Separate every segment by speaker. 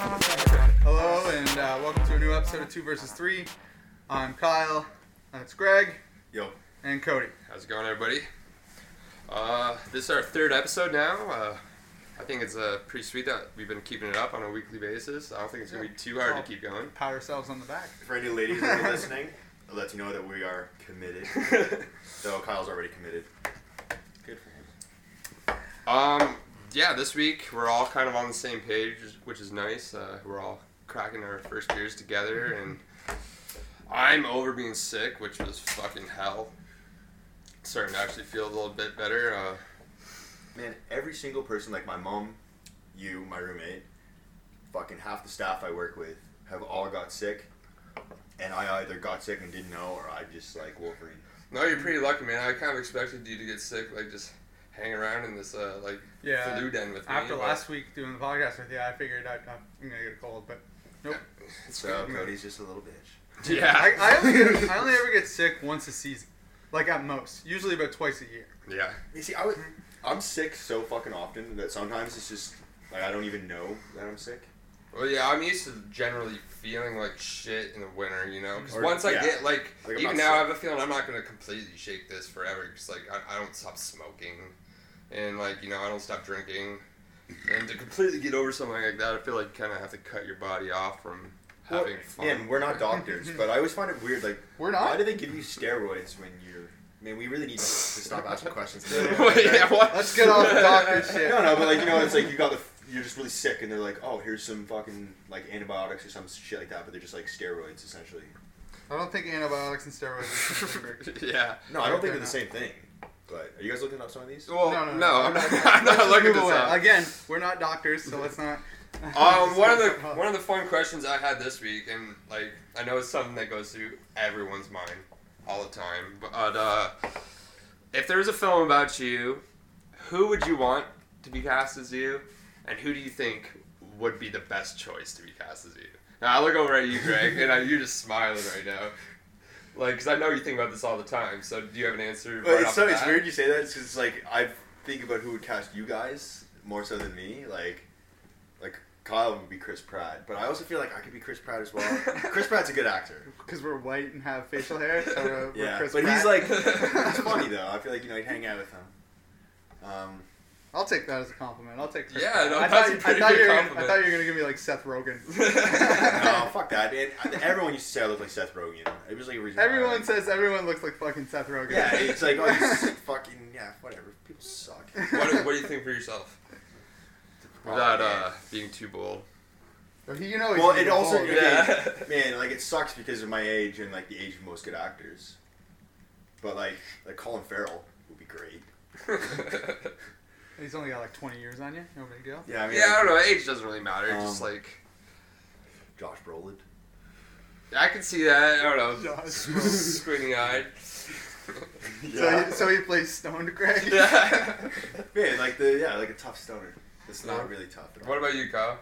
Speaker 1: Hello and uh, welcome to a new episode of Two Versus Three. I'm Kyle. That's Greg
Speaker 2: Yo,
Speaker 1: and Cody.
Speaker 3: How's it going, everybody? Uh, this is our third episode now. Uh, I think it's uh, pretty sweet that we've been keeping it up on a weekly basis. I don't think it's going to be too hard to keep going.
Speaker 1: Pat ourselves on the back.
Speaker 2: for any ladies that are listening, I'll let you know that we are committed. Though Kyle's already committed. Good for him.
Speaker 3: um, yeah, this week we're all kind of on the same page, which is nice. Uh, we're all cracking our first beers together, and I'm over being sick, which was fucking hell. Starting to actually feel a little bit better. Uh,
Speaker 2: Man, every single person, like my mom, you, my roommate, fucking half the staff I work with, have all got sick. And I either got sick and didn't know, or I just like Wolverine.
Speaker 3: No, you're pretty lucky, man. I kind of expected you to get sick, like just hang around in this uh, like
Speaker 1: Yeah.
Speaker 3: flu den with me.
Speaker 1: After
Speaker 3: but
Speaker 1: last week doing the podcast with you, I figured I'd, I'm gonna get a cold, but nope.
Speaker 3: it's
Speaker 2: So
Speaker 3: good, man.
Speaker 2: Cody's just a little bitch.
Speaker 3: Yeah,
Speaker 1: I, I, only get, I only ever get sick once a season, like at most. Usually about twice a year.
Speaker 3: yeah.
Speaker 2: You see, I would, I'm sick so fucking often that sometimes it's just like I don't even know that I'm sick.
Speaker 3: Well, yeah, I'm used to generally feeling like shit in the winter, you know. Because
Speaker 2: Or-
Speaker 3: once I
Speaker 2: yeah.
Speaker 3: get like,
Speaker 2: Like, I'm
Speaker 3: even
Speaker 2: not
Speaker 3: now, I
Speaker 2: sick.
Speaker 3: have a feeling I'm not gonna completely shake this forever. Because like, I, I don't stop smoking, and like, you know, I don't stop drinking. And to completely get over something like that, I feel like you kind of have to cut your body off from
Speaker 2: Well,
Speaker 3: having fun.
Speaker 2: Man, we're not doctors, but I always find it weird. Like,
Speaker 1: We're not?
Speaker 2: Why do they give you steroids when you're? Man, we really need to stop asking questions.
Speaker 3: yeah, what?
Speaker 1: Let's get off doctor shit.
Speaker 2: No, no, but like you know, it's like you got the, you're just really sick, and they're like, oh, here's some fucking like antibiotics or some shit like that, but they're just like steroids essentially.
Speaker 1: I don't think antibiotics and steroids. Are something
Speaker 3: yeah.
Speaker 2: No, I don't
Speaker 1: They're
Speaker 2: think they're the
Speaker 1: not.
Speaker 2: same thing. But are you guys looking up some of these?
Speaker 3: Well,
Speaker 1: No,
Speaker 3: no,
Speaker 1: no, no.
Speaker 3: I'm not, I'm
Speaker 1: Let's
Speaker 3: not
Speaker 1: just
Speaker 3: looking
Speaker 1: move
Speaker 3: this
Speaker 1: away.
Speaker 3: up.
Speaker 1: Again, we're not doctors, so let's not.
Speaker 3: Um, one of the one of the fun questions I had this week, and like I know it's something that goes through everyone's mind all the time. But uh, if there was a film about you, who would you want to be cast as you, and who do you think would be the best choice to be cast as you? Now I look over at you, Greg, and I, you're just smiling right now, like because I know you think about this all the time. So do you have an answer?
Speaker 2: But
Speaker 3: right
Speaker 2: it's
Speaker 3: off
Speaker 2: so
Speaker 3: the
Speaker 2: it's
Speaker 3: bat?
Speaker 2: weird you say that because it's like I think about who would cast you guys more so than me. Like, like Kyle would be Chris Pratt, but I also feel like I could be Chris Pratt as well. Chris Pratt's a good actor.
Speaker 1: Because we're white and have facial hair, so we're, we're
Speaker 2: Yeah,
Speaker 1: Chris
Speaker 2: but he's
Speaker 1: Pratt.
Speaker 2: like it's funny though. I feel like you know I'd hang out with him. Um,
Speaker 1: I'll take that as a compliment. I'll take. Chris
Speaker 3: Yeah,
Speaker 1: Pratt.
Speaker 3: no,
Speaker 1: I thought,
Speaker 3: that's a
Speaker 1: you- I
Speaker 3: pretty
Speaker 1: thought
Speaker 3: good
Speaker 1: you were gonna, I
Speaker 3: compliment.
Speaker 1: thought you were gonna give me like Seth Rogen.
Speaker 2: no, fuck that. man. everyone used to say I look like Seth Rogen. It was like a reason. why I-
Speaker 1: Everyone says everyone looks like fucking Seth Rogen.
Speaker 2: Yeah, it's like oh, you s- fucking yeah, whatever. People suck.
Speaker 3: what, do- what do you think for yourself?
Speaker 2: Oh,
Speaker 3: Without
Speaker 2: man.
Speaker 3: uh, being too bold.
Speaker 1: But he- you know. he's
Speaker 2: Well,
Speaker 1: gonna
Speaker 2: it
Speaker 1: be
Speaker 2: also-
Speaker 1: bald.
Speaker 2: Yeah. Man, like it sucks because of my age and like the age of most good actors. But like like Colin Farrell would be great.
Speaker 1: He's only got like 20 years on you. No big deal.
Speaker 2: Yeah, I mean
Speaker 3: yeah,
Speaker 2: like,
Speaker 3: I don't know. Age doesn't really matter.
Speaker 2: Um,
Speaker 3: just like
Speaker 2: Josh Brolin.
Speaker 3: I can see that. I don't know.
Speaker 1: Josh
Speaker 3: Squinty eyed.
Speaker 1: So, he, so he plays stoned Greg.
Speaker 3: yeah.
Speaker 2: man, like the yeah, like a tough stoner. It's not really tough at all.
Speaker 3: What about you, Kyle?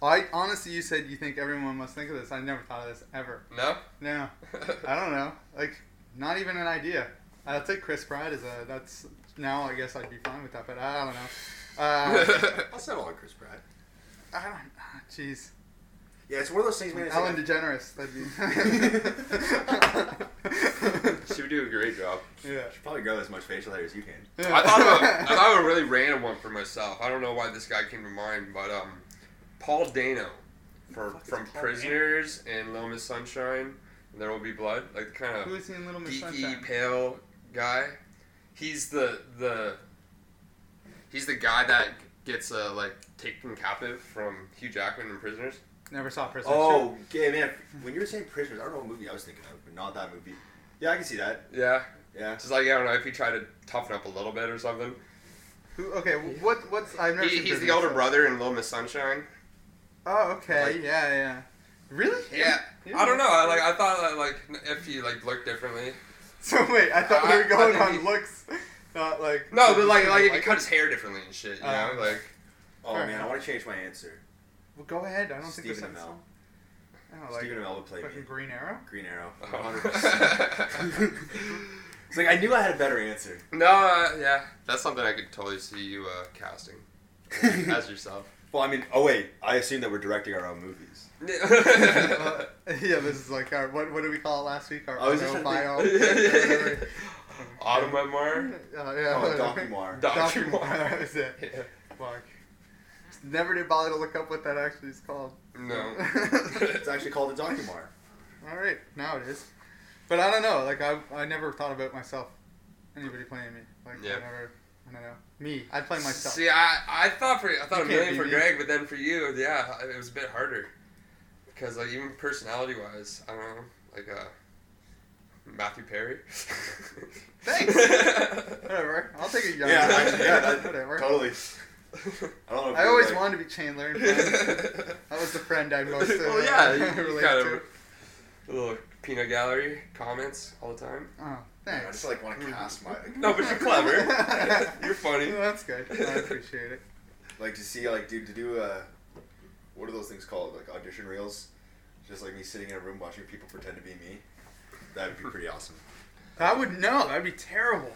Speaker 1: I honestly, you said you think everyone must think of this. I never thought of this ever.
Speaker 3: No.
Speaker 1: No, I don't know. Like, not even an idea. I'll take Chris Pratt as a. That's now. I guess I'd be fine with that. But I don't know. Uh,
Speaker 2: I'll settle on Chris Pratt.
Speaker 1: I don't. ah, Jeez.
Speaker 2: Yeah, it's one of those things, man. It's
Speaker 1: Ellen
Speaker 2: like,
Speaker 1: DeGeneres. That'd be.
Speaker 3: she would do a great job.
Speaker 1: yeah.
Speaker 2: should probably grow as much facial hair as you can.
Speaker 3: I thought of a, I thought of a really random one for myself. I don't know why this guy came to mind, but um, Paul Dano, for,
Speaker 2: fuck is
Speaker 3: from
Speaker 2: Paul Dano?
Speaker 3: Prisoners and Little Miss Sunshine, and There Will Be Blood, like the kind of
Speaker 1: Who is he in Little Miss
Speaker 3: geeky
Speaker 1: Sunshine?
Speaker 3: pale guy. He's the the he's the guy that gets uh, like taken captive from Hugh Jackman in Prisoners.
Speaker 1: Never saw Prisoners.
Speaker 2: Oh, yeah, man. When you were saying prisoners, I don't know what movie I was thinking of, but not that movie. Yeah, I can see that.
Speaker 3: Yeah,
Speaker 2: Yeah.
Speaker 3: just like I don't know if he tried to toughen up a little bit or something.
Speaker 1: Who? Okay. wh- What? What's? I've never
Speaker 3: He,
Speaker 1: seen
Speaker 3: he's the
Speaker 1: Business
Speaker 3: older
Speaker 1: Sucks.
Speaker 3: brother in Little Miss Sunshine.
Speaker 1: Oh, okay.
Speaker 3: Like-
Speaker 1: yeah, yeah. Really?
Speaker 3: Yeah,
Speaker 1: Yeah.
Speaker 3: I don't know. I like. I thought uh, like if he like looked differently.
Speaker 1: So wait, I thought we
Speaker 3: I-
Speaker 1: were
Speaker 3: I
Speaker 1: going
Speaker 3: think
Speaker 1: on
Speaker 3: he-
Speaker 1: looks, not like.
Speaker 3: No, but like like if he
Speaker 1: Like-
Speaker 3: cut his hair differently and shit. You
Speaker 1: Uh,
Speaker 3: know, like
Speaker 2: Oh
Speaker 1: Fair
Speaker 2: man, I
Speaker 1: enough.
Speaker 2: want to change my answer.
Speaker 1: Well, go ahead. I don't think
Speaker 2: Stephen
Speaker 1: there's
Speaker 2: Amell.
Speaker 1: something. Oh, like
Speaker 2: Stephen Amell would play me.
Speaker 1: fucking Green Arrow.
Speaker 2: Green Arrow.
Speaker 3: Oh.
Speaker 2: 100%. it's like I knew I had a better answer.
Speaker 3: no, uh, yeah, that's something I could totally see you uh, casting as yourself.
Speaker 2: well, I mean, oh wait, I assume that we're directing our own movies.
Speaker 1: Uh, yeah, this is like our what? What did we call it last week? Our
Speaker 3: Oh,
Speaker 2: I was just
Speaker 1: auto
Speaker 2: trying
Speaker 1: bio. whatever.
Speaker 3: Auto memoir.
Speaker 1: Uh, yeah.
Speaker 2: Oh,
Speaker 1: whatever.
Speaker 2: Documoir.
Speaker 3: Document.
Speaker 1: Document, that was it. Fuck. Never did bother to look up what that actually is called.
Speaker 3: No.
Speaker 2: it's actually called a Documoir.
Speaker 1: All right, now it is. But I don't know. Like I, I never thought about myself. Anybody playing me? Like
Speaker 3: Yeah.
Speaker 1: I never. I don't know. Me, I'd play myself.
Speaker 3: See, I, I thought for I thought
Speaker 1: You can't
Speaker 3: a million
Speaker 1: beat
Speaker 3: for
Speaker 1: me.
Speaker 3: Greg, but then for you, yeah, it was a bit harder because like even personality wise, I don't know, like uh, Matthew Perry. Thanks.
Speaker 1: Whatever. I'll take a young.
Speaker 2: Yeah,
Speaker 1: guy.
Speaker 2: actually, yeah, that-
Speaker 1: whatever.
Speaker 2: totally. I don't know. if
Speaker 1: I
Speaker 2: we,
Speaker 1: always
Speaker 2: like-
Speaker 1: wanted to be Chandler. and Friends. that was the friend I most. Uh,
Speaker 3: well, yeah, you, you
Speaker 1: related
Speaker 3: kind
Speaker 1: to.
Speaker 3: of a little peanut gallery comments all the time.
Speaker 1: Oh,
Speaker 2: I
Speaker 1: thanks.
Speaker 2: just like want to cast my
Speaker 3: No, but you're clever. you're funny.
Speaker 1: Well, that's good. I appreciate it.
Speaker 2: like to see like dude to do uh what are those things called like audition reels just like me sitting in a room watching people pretend to be me that would be pretty awesome
Speaker 1: I would no. That'd be terrible.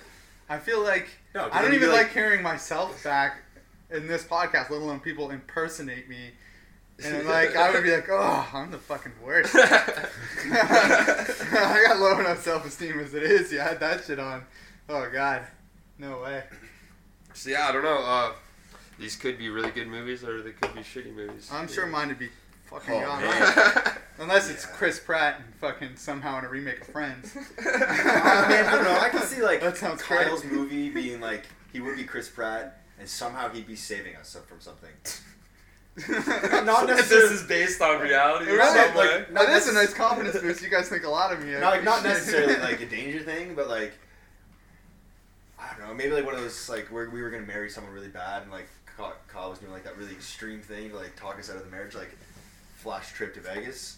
Speaker 1: I feel like
Speaker 2: No, 'cause
Speaker 1: I don't
Speaker 2: then you'd
Speaker 1: even
Speaker 2: be
Speaker 1: like,
Speaker 2: like-
Speaker 1: hearing myself back in this podcast, let alone people impersonate me. And like I would be like, oh, I'm the fucking worst. I got low enough self esteem as it is. You had that shit on. Oh god, no way.
Speaker 3: so yeah, I don't know. Uh, these could be really good movies, or they could be shitty movies.
Speaker 1: I'm sure mine would be fucking
Speaker 2: Oh,
Speaker 1: gone.
Speaker 2: man.
Speaker 1: Unless it's
Speaker 2: Yeah.
Speaker 1: Chris Pratt and fucking somehow in a remake of Friends.
Speaker 2: I, mean, Oh, I don't know i can see like
Speaker 1: That sounds
Speaker 2: kyle's
Speaker 1: great.
Speaker 2: movie being like he would be chris pratt and somehow he'd be saving us from something
Speaker 3: Not
Speaker 2: Not
Speaker 3: if this
Speaker 2: necessarily-
Speaker 3: is based on reality in
Speaker 1: Right,
Speaker 3: some
Speaker 2: like-
Speaker 3: way.
Speaker 1: Now that's a nice confidence boost. You guys think a lot of me. I
Speaker 2: not, like, not
Speaker 1: appreciate
Speaker 2: necessarily
Speaker 1: it.
Speaker 2: like a danger thing but like i don't know maybe like one of those like where we were gonna marry someone really bad and like Ky- kyle was doing like that really extreme thing to like talk us out of the marriage like flash trip to vegas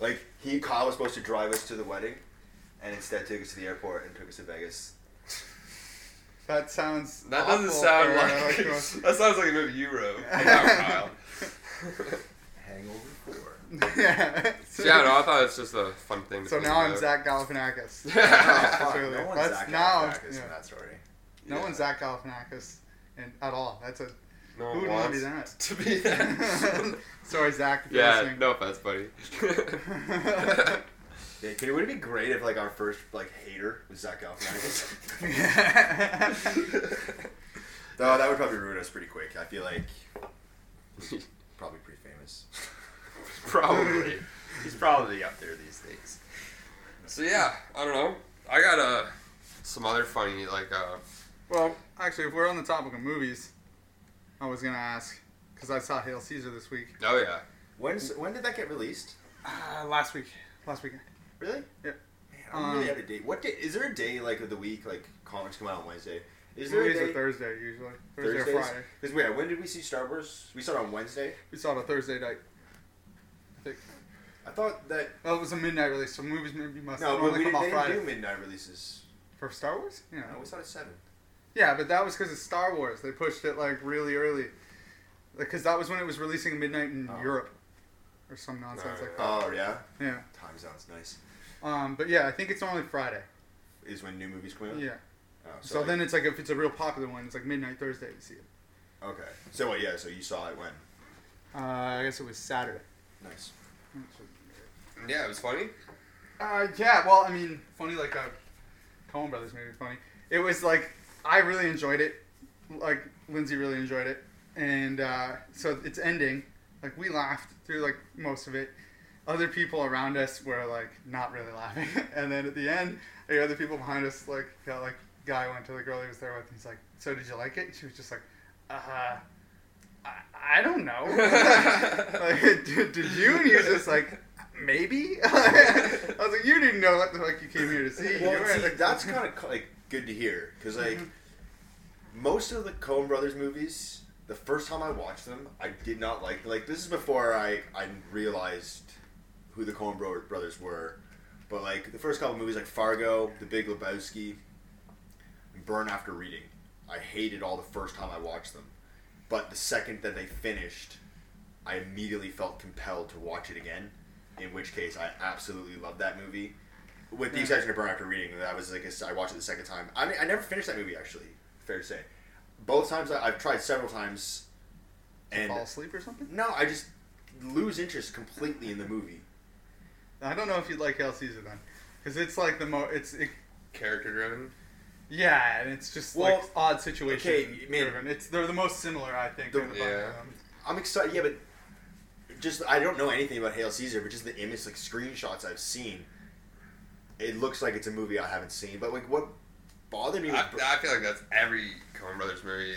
Speaker 2: Like he, Kyle was supposed to drive us to the wedding, and instead took us to the airport and took us to Vegas.
Speaker 1: That sounds.
Speaker 3: That doesn't
Speaker 1: awful
Speaker 3: sound
Speaker 1: for, uh,
Speaker 3: like.
Speaker 1: like, uh,
Speaker 3: that sounds like a movie you wrote. Wow, Kyle.
Speaker 2: Hangover four.
Speaker 1: yeah.
Speaker 3: So, yeah, no, I thought it's just a fun thing. To
Speaker 1: So
Speaker 3: think
Speaker 1: now I'm
Speaker 3: about.
Speaker 1: Zach Galifianakis.
Speaker 2: Oh,
Speaker 3: Yeah,
Speaker 2: fuck.
Speaker 1: Clearly.
Speaker 2: No one's
Speaker 1: That's-
Speaker 2: Zach
Speaker 1: now I'm-
Speaker 2: Galifianakis in
Speaker 1: yeah.
Speaker 2: that story.
Speaker 1: No
Speaker 3: Yeah.
Speaker 1: one's Zach Galifianakis, and at all. That's a
Speaker 3: No one
Speaker 1: who would want
Speaker 3: wants
Speaker 1: to be that.
Speaker 3: to be that.
Speaker 1: Sorry, Zach. If
Speaker 3: yeah,
Speaker 1: You're listening.
Speaker 3: no offense, buddy.
Speaker 2: Yeah, could, would it be great if like our first like hater was Zach Galifianakis? no, that would probably ruin us pretty quick. I feel like he's probably pretty famous.
Speaker 3: probably.
Speaker 2: He's probably up there these days.
Speaker 3: So yeah, I don't know. I got uh, some other funny like uh,
Speaker 1: well, actually, if we're on the topic of movies, I was gonna ask because I saw Hail Caesar this week.
Speaker 3: oh yeah.
Speaker 2: When's when did that get released?
Speaker 1: Uh, last week. Last week.
Speaker 2: Really?
Speaker 1: Yeah.
Speaker 2: Man, I'm
Speaker 1: Um,
Speaker 2: really out of date. What day? Is there a day like of the week like comics come out on Wednesday? Is there a
Speaker 1: Movies
Speaker 2: day?
Speaker 1: are Thursday usually. Thursday
Speaker 2: Thursdays?
Speaker 1: or Friday.
Speaker 2: Because wait, when did we see Star Wars? We saw it on Wednesday.
Speaker 1: We saw it on Thursday night. I think.
Speaker 2: I thought that
Speaker 1: Well, it was a midnight release, so movies maybe must
Speaker 2: no, but
Speaker 1: normally
Speaker 2: we
Speaker 1: come
Speaker 2: didn't,
Speaker 1: out
Speaker 2: they didn't
Speaker 1: Friday.
Speaker 2: do midnight releases.
Speaker 1: For Star Wars? Yeah.
Speaker 2: No, we saw it at seven.
Speaker 1: Yeah, but that was because of Star Wars. They pushed it like really early, because that was when it was releasing at midnight in
Speaker 2: Oh.
Speaker 1: Europe, or some nonsense
Speaker 3: Oh,
Speaker 1: like that.
Speaker 2: Oh yeah,
Speaker 1: Yeah.
Speaker 2: time sounds nice.
Speaker 1: Um, but yeah, I think it's only Friday.
Speaker 2: Is when new movies come out.
Speaker 1: Yeah.
Speaker 2: Oh, so,
Speaker 1: So
Speaker 2: like-
Speaker 1: then it's like if it's a real popular one, it's like midnight Thursday you see it.
Speaker 2: okay. So what? Yeah. So you saw it when?
Speaker 1: Uh, I guess it was Saturday.
Speaker 2: Nice.
Speaker 3: Yeah, it was funny.
Speaker 1: Uh, yeah. Well, I mean, funny like a Coen Brothers movie. Funny. It was like I really enjoyed it. Like Lindsay really enjoyed it, and uh, so it's ending. Like we laughed through like most of it. Other people around us were like not really laughing, and then at the end, the other people behind us like got like guy went to the girl he was there with. And he's like, "So did you like it?" And she was just like, "Uh, I, I don't know." like, did, did you? And he was just like, maybe. I was like, you didn't know what the fuck you came here to see. You
Speaker 2: Well,
Speaker 1: were
Speaker 2: see,
Speaker 1: like-
Speaker 2: that's kind of like good to hear because like
Speaker 1: Mm-hmm.
Speaker 2: most of the Coen Brothers movies, the first time I watched them, I did not like. Like this is before I I realized who the Coen Bro- Brothers were, but like the first couple movies, like Fargo, The Big Lebowski, and Burn After Reading, I hated all the first time I watched them, but the second that they finished, I immediately felt compelled to watch it again. In which case, I absolutely loved that movie. With the exception of Burn After Reading, that was like a, I watched it the second time. I, I never finished that movie actually. Fair to say, both times I, I've tried several times, and
Speaker 1: Fall asleep or something?
Speaker 2: no, I just lose interest completely in the movie.
Speaker 1: I don't know if you'd like Hail Caesar then, because it's like the mo. It's it,
Speaker 3: Character driven.
Speaker 1: yeah, and it's just like
Speaker 2: Well,
Speaker 1: odd situation.
Speaker 2: okay, I mean-
Speaker 1: driven. it's they're the most similar I think.
Speaker 2: The-
Speaker 1: of the bunch
Speaker 3: yeah.
Speaker 1: of them.
Speaker 2: I'm excited, yeah, but just I don't know anything about Hail Caesar, but just the image, like screenshots I've seen, it looks like it's a movie I haven't seen. But like, what bothered me?
Speaker 3: I,
Speaker 2: with
Speaker 3: I feel like that's every Coen Brothers movie.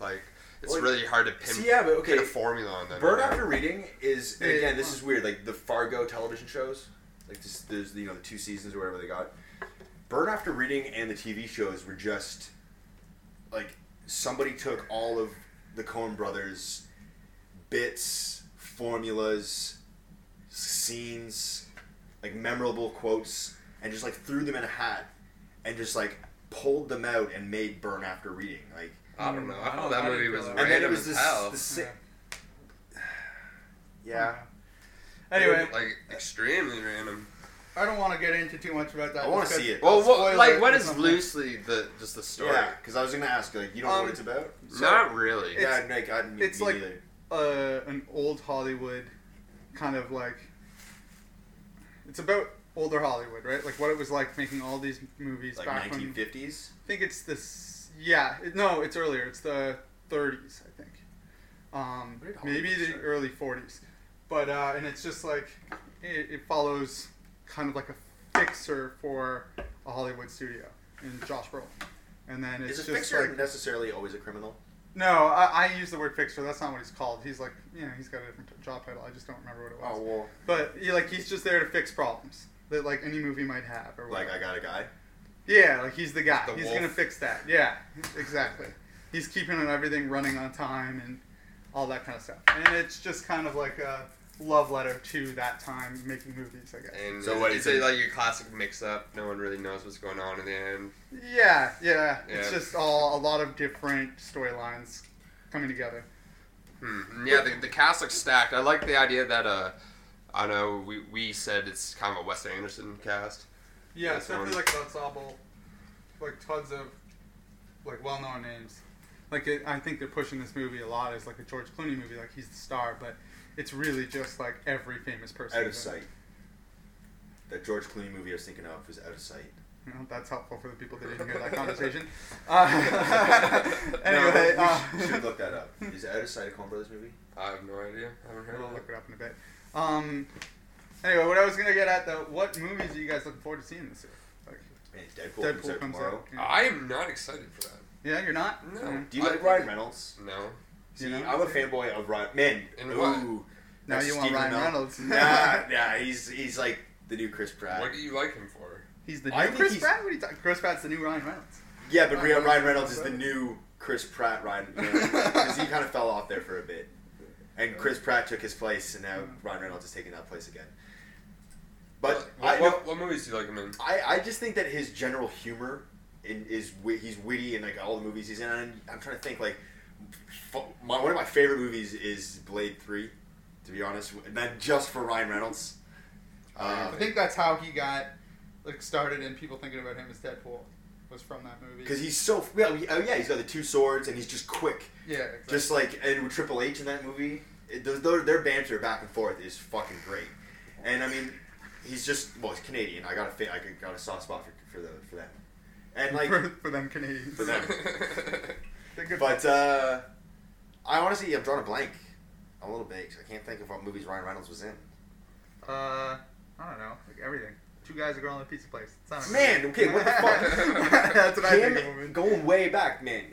Speaker 3: Like it's
Speaker 2: Well,
Speaker 3: really hard to pin,
Speaker 2: See, yeah, but okay.
Speaker 3: pin a formula on that.
Speaker 2: Bird After Reading is and
Speaker 1: Yeah,
Speaker 2: again.
Speaker 1: yeah.
Speaker 2: This is weird. Like the Fargo television shows, like this, there's you know the two seasons or whatever they got. Bird After Reading and the TV shows were just like somebody took all of the Coen Brothers bits, formulas, scenes, like memorable quotes, and just like threw them in a hat and just like pulled them out and made Burn After Reading like.
Speaker 3: I don't know.
Speaker 1: I
Speaker 3: I
Speaker 2: Oh,
Speaker 3: thought
Speaker 1: don't-
Speaker 3: that
Speaker 1: I
Speaker 3: movie
Speaker 1: didn't
Speaker 3: was
Speaker 1: feel that.
Speaker 3: random
Speaker 2: And then it was
Speaker 3: as
Speaker 2: this.
Speaker 3: hell.
Speaker 2: the si- yeah.
Speaker 1: Anyway,
Speaker 3: like extremely random.
Speaker 1: I don't want to get into too much about that.
Speaker 2: I wanna
Speaker 1: just 'cause-
Speaker 2: see it.
Speaker 3: Well,
Speaker 1: Spoiler
Speaker 3: what, like what
Speaker 1: or
Speaker 3: is
Speaker 1: something.
Speaker 3: loosely the just the story?
Speaker 2: Yeah, because I was gonna ask, like, you don't know
Speaker 1: Um,
Speaker 2: what it's about?
Speaker 3: Not really.
Speaker 1: It's-
Speaker 2: yeah, like, I, me,
Speaker 1: it's
Speaker 2: me
Speaker 1: like-
Speaker 2: neither.
Speaker 1: uh, an old Hollywood kind of like. It's about older Hollywood, right? Like what it was like making all these movies
Speaker 2: like
Speaker 1: back when.
Speaker 2: 1950s.
Speaker 1: I think it's this. Yeah, it, no, it's earlier. It's the 30s, I think. Um,
Speaker 2: Where did Hollywood
Speaker 1: maybe the
Speaker 2: start?
Speaker 1: early 40s, but uh, and it's just like it, it follows kind of like a fixer for a Hollywood studio in Josh Brolin, and then it's
Speaker 2: Is a
Speaker 1: just
Speaker 2: fixer
Speaker 1: like
Speaker 2: necessarily always a criminal?
Speaker 1: no, I, I use the word fixer. That's not what he's called. He's like, you know, he's got a different t- job title. I just don't remember what it was.
Speaker 2: Oh, well,
Speaker 1: But he, like, he's just there to fix problems that like any movie might have, or
Speaker 2: like
Speaker 1: whatever.
Speaker 2: I got a guy.
Speaker 1: yeah, like he's the guy.
Speaker 3: The
Speaker 1: he's
Speaker 3: wolf.
Speaker 1: gonna fix that. Yeah, exactly. He's keeping on everything running on time and all that kind of stuff. And it's just kind of like a love letter to that time making movies, I guess.
Speaker 3: And
Speaker 2: So
Speaker 3: so
Speaker 2: what
Speaker 3: what
Speaker 2: is
Speaker 3: is
Speaker 2: it?
Speaker 3: it like your classic mix up? No one really knows what's going on in the end.
Speaker 1: Yeah, yeah. It's
Speaker 3: Yeah.
Speaker 1: just all a lot of different storylines coming together.
Speaker 3: Hmm. Yeah, the, the cast looks stacked. I like the idea that uh, I know we, we said it's kind of a Wes Anderson cast.
Speaker 1: Yeah,
Speaker 3: That's
Speaker 1: especially
Speaker 3: one.
Speaker 1: like ensemble, like tons of like well-known names. Like it, I think they're pushing this movie a lot as like a George Clooney movie, like he's the star, but it's really just like every famous person.
Speaker 2: Out of sight. That George Clooney movie I was thinking of was out of sight.
Speaker 1: You know, that's helpful for the people that didn't hear that conversation. Uh, anyway,
Speaker 2: no, we should,
Speaker 1: uh,
Speaker 2: should look that up. Is out of sight a Coen Brothers movie?
Speaker 3: I have no idea. I haven't heard
Speaker 1: we'll
Speaker 3: of it.
Speaker 1: look it up in a bit. Um, anyway, what I was gonna get at though, what movies are you guys looking forward to seeing this year? Like,
Speaker 2: Man, Deadpool, comes out tomorrow.
Speaker 1: Yeah.
Speaker 3: I am not excited for that.
Speaker 1: yeah, you're not.
Speaker 3: No.
Speaker 1: Mm.
Speaker 2: Do you
Speaker 3: I-
Speaker 2: like Ryan Reynolds?
Speaker 3: No.
Speaker 2: See,
Speaker 1: You know?
Speaker 2: I'm a fanboy of Ryan. Man,
Speaker 3: And what?
Speaker 2: ooh,
Speaker 1: Now
Speaker 2: that's
Speaker 1: you want
Speaker 2: Steven
Speaker 1: Ryan
Speaker 2: Mel-
Speaker 1: Reynolds.
Speaker 2: nah, nah, he's he's like the new Chris Pratt.
Speaker 3: What do you like him for?
Speaker 1: He's the new
Speaker 2: I think
Speaker 1: Chris
Speaker 2: he's-
Speaker 1: Pratt. What are you talking? Chris Pratt's the new Ryan Reynolds.
Speaker 2: Yeah, but Ryan,
Speaker 1: Ryan
Speaker 2: Ryan Reynolds
Speaker 1: Reynolds
Speaker 2: is
Speaker 1: is
Speaker 2: the
Speaker 1: better.
Speaker 2: new Chris Pratt Ryan because he kind of fell off there for a bit, and Chris Pratt took his place, and now Ryan Reynolds is taking that place again. But
Speaker 3: what,
Speaker 2: I,
Speaker 3: what, what movies do you like him in?
Speaker 2: I, I just think that his general humor in, is wi- he's witty in like all the movies he's in. And I'm trying to think like f- my, one of my favorite movies is Blade Three, to be honest, and that just for Ryan Reynolds. Uh,
Speaker 1: I think that's how he got like started, and people thinking about him as Deadpool was from that movie.
Speaker 2: Because he's so well, yeah, yeah, he's got the two swords and he's just quick.
Speaker 1: yeah, exactly.
Speaker 2: Just like and with Triple H in that movie, it, those, their, their banter back and forth is fucking great. And I mean, he's just well, he's Canadian. I got a fa- I got a soft spot for for, the, for them. And like,
Speaker 1: for, for them Canadians.
Speaker 2: For them.
Speaker 1: They're good
Speaker 2: but uh, I honestly I've drawn a blank. I'm a little big. so I can't think of what movies Ryan Reynolds was in.
Speaker 1: uh, I don't know, like everything. Two guys, a girl, in a pizza place. It's not a
Speaker 2: Man,
Speaker 1: movie.
Speaker 2: okay, what the fuck?
Speaker 1: that's what I
Speaker 2: Him
Speaker 1: think of him.
Speaker 2: going way back, man.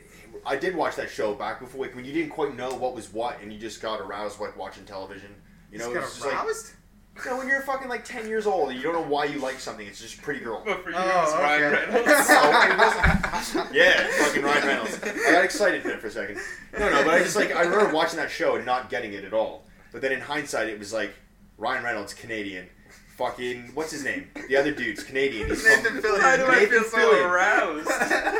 Speaker 2: I did watch that show back before, like when you didn't quite know what was what, and you just got aroused like watching television. You know,
Speaker 1: He's
Speaker 2: it
Speaker 1: got
Speaker 2: was just like
Speaker 1: aroused.
Speaker 2: No, when you're fucking like 10 years old and you don't know why you like something, it's just pretty girl.
Speaker 3: But for you, it's
Speaker 1: Oh,
Speaker 3: Ryan
Speaker 1: okay.
Speaker 3: Reynolds.
Speaker 2: Yeah, fucking Ryan Reynolds. I got excited there for a second. No, no, but I just like I remember watching that show and not getting it at all. But then in hindsight, it was like Ryan Reynolds, Canadian. Fucking what's his name? The other dude's Canadian. He's from-
Speaker 1: Nathan Fillion.
Speaker 3: Why do I
Speaker 2: Nathan
Speaker 3: feel so
Speaker 2: Fillion.
Speaker 3: aroused?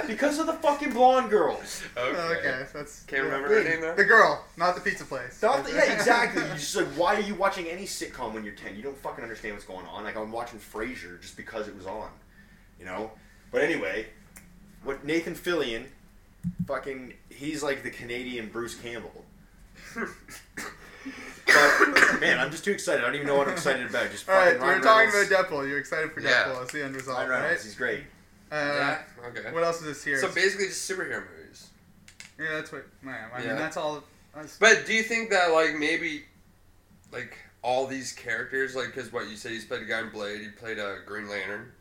Speaker 2: because of the fucking blonde girls.
Speaker 3: Okay.
Speaker 1: Okay, so that's
Speaker 3: Can't
Speaker 1: yeah.
Speaker 3: remember her name though.
Speaker 1: The girl, not the pizza place.
Speaker 2: Not the- yeah, exactly. You just like why are you watching any sitcom when you're ten? You don't fucking understand what's going on. Like I'm watching Frasier just because it was on, you know. But anyway, what Nathan Fillion, fucking, he's like the Canadian Bruce Campbell. But, man, I'm just too excited. I don't even know what I'm excited about. Just
Speaker 1: All right,
Speaker 2: fucking
Speaker 1: we
Speaker 2: Ryan
Speaker 1: were talking
Speaker 2: Reynolds.
Speaker 1: about Deadpool. You're excited for
Speaker 3: Yeah.
Speaker 1: Deadpool. It's the end result,
Speaker 2: Ryan
Speaker 1: right?
Speaker 2: Reynolds. He's great.
Speaker 1: Uh,
Speaker 3: Yeah. Okay.
Speaker 1: What else is this here?
Speaker 3: So basically, just superhero movies.
Speaker 1: yeah, that's what. Man, I mean,
Speaker 3: Yeah.
Speaker 1: that's all. That's,
Speaker 3: But do you think that like maybe, like all these characters, like because what you said, you played a guy in Blade, you played a Green Lantern,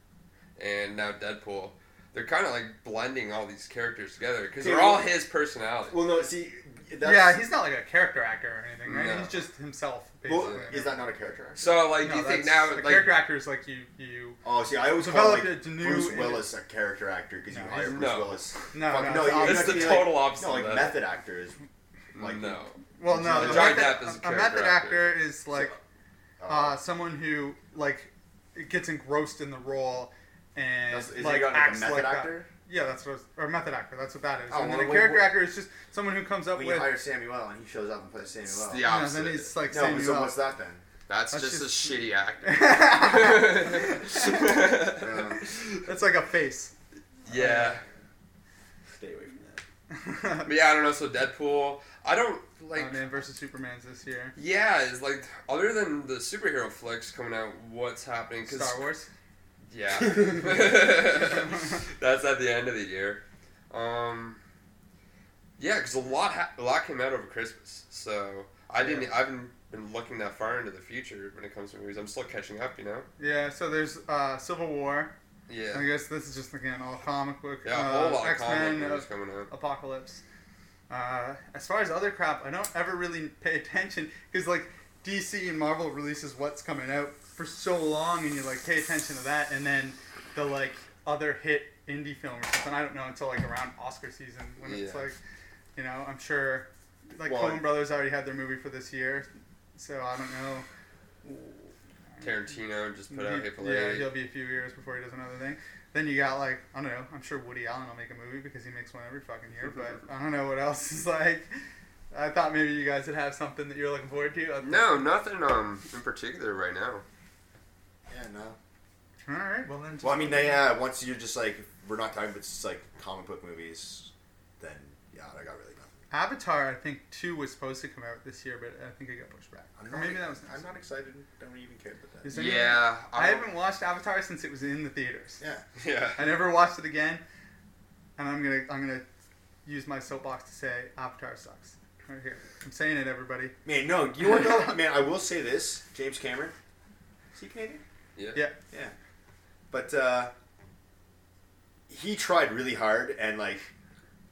Speaker 3: and now Deadpool. They're kind of like blending all these characters together because they're all his personality.
Speaker 2: Well, no, see, that's,
Speaker 1: yeah, he's not like a character actor or anything, right?
Speaker 3: No.
Speaker 1: He's just himself. Basically.
Speaker 2: Well, is that not a character? actor?
Speaker 3: So like,
Speaker 1: No,
Speaker 3: do you think
Speaker 1: that's-
Speaker 3: now
Speaker 1: a
Speaker 3: like
Speaker 1: character actor is like you, you.
Speaker 2: Oh, see, I always call
Speaker 1: Developed
Speaker 2: like
Speaker 1: a new-
Speaker 2: Bruce Willis a character actor because you
Speaker 1: No,
Speaker 2: hire
Speaker 1: he's-
Speaker 2: Bruce
Speaker 3: no.
Speaker 2: Willis.
Speaker 1: No,
Speaker 2: Fuck,
Speaker 1: no, it's
Speaker 2: no, you
Speaker 1: not-
Speaker 3: It's
Speaker 2: have to
Speaker 3: the
Speaker 2: be
Speaker 3: total opposite
Speaker 2: No, like
Speaker 3: of that.
Speaker 2: method actor is like
Speaker 3: no,
Speaker 1: Well, no,
Speaker 2: Johnny
Speaker 1: the method,
Speaker 3: Depp is a
Speaker 1: a,
Speaker 3: character
Speaker 1: method
Speaker 3: actor.
Speaker 1: actor is like
Speaker 2: uh,
Speaker 1: uh, someone who like gets engrossed in the role and
Speaker 2: that's- is
Speaker 1: like
Speaker 2: he got, like
Speaker 1: acts
Speaker 2: a method
Speaker 1: like that.
Speaker 2: actor?
Speaker 1: Yeah, that's what. Or method actor. That's what that is.
Speaker 2: Oh,
Speaker 1: and then a
Speaker 2: well, well,
Speaker 1: character
Speaker 2: well-
Speaker 1: actor is just someone who comes up
Speaker 2: When
Speaker 1: with.
Speaker 2: you hire Samuel and he shows up and plays
Speaker 3: it's
Speaker 2: Samuel.
Speaker 3: the
Speaker 1: Yeah,
Speaker 3: opposite.
Speaker 1: then it's like
Speaker 2: no,
Speaker 1: Samuel.
Speaker 2: but so what's that then?
Speaker 3: that's,
Speaker 1: that's
Speaker 3: just,
Speaker 1: just-
Speaker 3: a shitty actor.
Speaker 2: Uh,
Speaker 1: That's like a face.
Speaker 3: yeah.
Speaker 2: stay away from that.
Speaker 3: But yeah, I don't know. So Deadpool, I don't like.
Speaker 1: Batman versus Superman's this year.
Speaker 3: Yeah, it's like other than the superhero flicks coming out, what's happening? 'Cause-
Speaker 1: Star Wars.
Speaker 3: Yeah, that's at the end of the year. Um, yeah, because a lot ha- a lot came out over Christmas, so I didn't. I haven't been looking that far into the future when it comes to movies. I'm still catching up, you
Speaker 1: Oh,
Speaker 3: know.
Speaker 1: Yeah. So there's uh, Civil War. I
Speaker 3: Yeah,
Speaker 1: guess this is just again all comic book.
Speaker 3: yeah, a
Speaker 1: uh,
Speaker 3: whole lot of
Speaker 1: X
Speaker 3: comic
Speaker 1: Men
Speaker 3: movies coming out.
Speaker 1: Apocalypse. Uh, as far as other crap, I don't ever really pay attention because like DC and Marvel releases what's coming out for so long, and you like pay attention to that, and then the like other hit indie film or something. I don't know until like around Oscar season when it's
Speaker 3: Yeah.
Speaker 1: like, you know, I'm sure like
Speaker 2: Well,
Speaker 1: Coen Brothers already had their movie for this year, so I don't know.
Speaker 3: Tarantino just put out
Speaker 1: He-
Speaker 3: Hateful
Speaker 1: yeah,
Speaker 3: Eight.
Speaker 1: he'll be a few years before he does another thing. Then you got like I don't know. I'm sure Woody Allen will make a movie because he makes one every fucking year. But I don't know what else is like. I thought maybe you guys would have something that you're looking forward to. Other-
Speaker 3: No, nothing um in particular right now.
Speaker 2: Yeah, no.
Speaker 1: All right. Well then.
Speaker 2: Well, I mean, they, uh, once you're just like, we're not talking about just like comic book movies, then yeah, I got really nothing.
Speaker 1: Avatar, I think two was supposed to come out this year, but I think it got pushed back.
Speaker 2: I'm
Speaker 1: Or
Speaker 2: not,
Speaker 1: maybe that was.
Speaker 2: I'm not excited. Don't even care about that.
Speaker 1: Is there any-
Speaker 3: Yeah,
Speaker 1: I
Speaker 3: don't-
Speaker 1: haven't watched Avatar since it was in the theaters.
Speaker 2: Yeah.
Speaker 3: Yeah.
Speaker 1: I never watched it again, and I'm gonna I'm gonna use my soapbox to say Avatar sucks. Right here. I'm saying it, everybody.
Speaker 2: Man, no. You want to know? Man, I will say this: James Cameron. Is he Canadian?
Speaker 3: Yeah.
Speaker 1: Yeah.
Speaker 2: Yeah. But uh, he tried really hard, and like,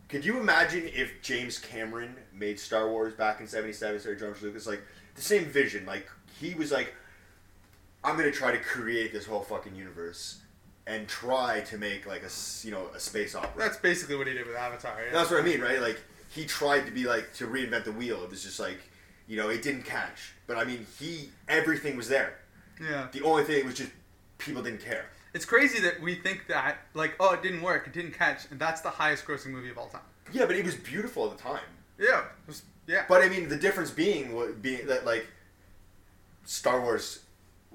Speaker 2: could you imagine if James Cameron made Star Wars back in '77, started George Lucas, like the same vision? Like he was like, I'm gonna try to create this whole fucking universe, and try to make like a s- you know a space opera.
Speaker 1: That's basically what he did with Avatar. Yeah.
Speaker 2: That's what I mean, right? Like he tried to be like to reinvent the wheel. It was just like, you know, it didn't catch. But I mean, he everything was there.
Speaker 1: Yeah.
Speaker 2: The only thing was just people didn't care.
Speaker 1: It's crazy that we think that, like, oh, it didn't work, it didn't catch, and that's the highest grossing movie of all time.
Speaker 2: Yeah, but it was beautiful at the time.
Speaker 1: Yeah. Just, yeah.
Speaker 2: But I mean, the difference being wa- being that like Star Wars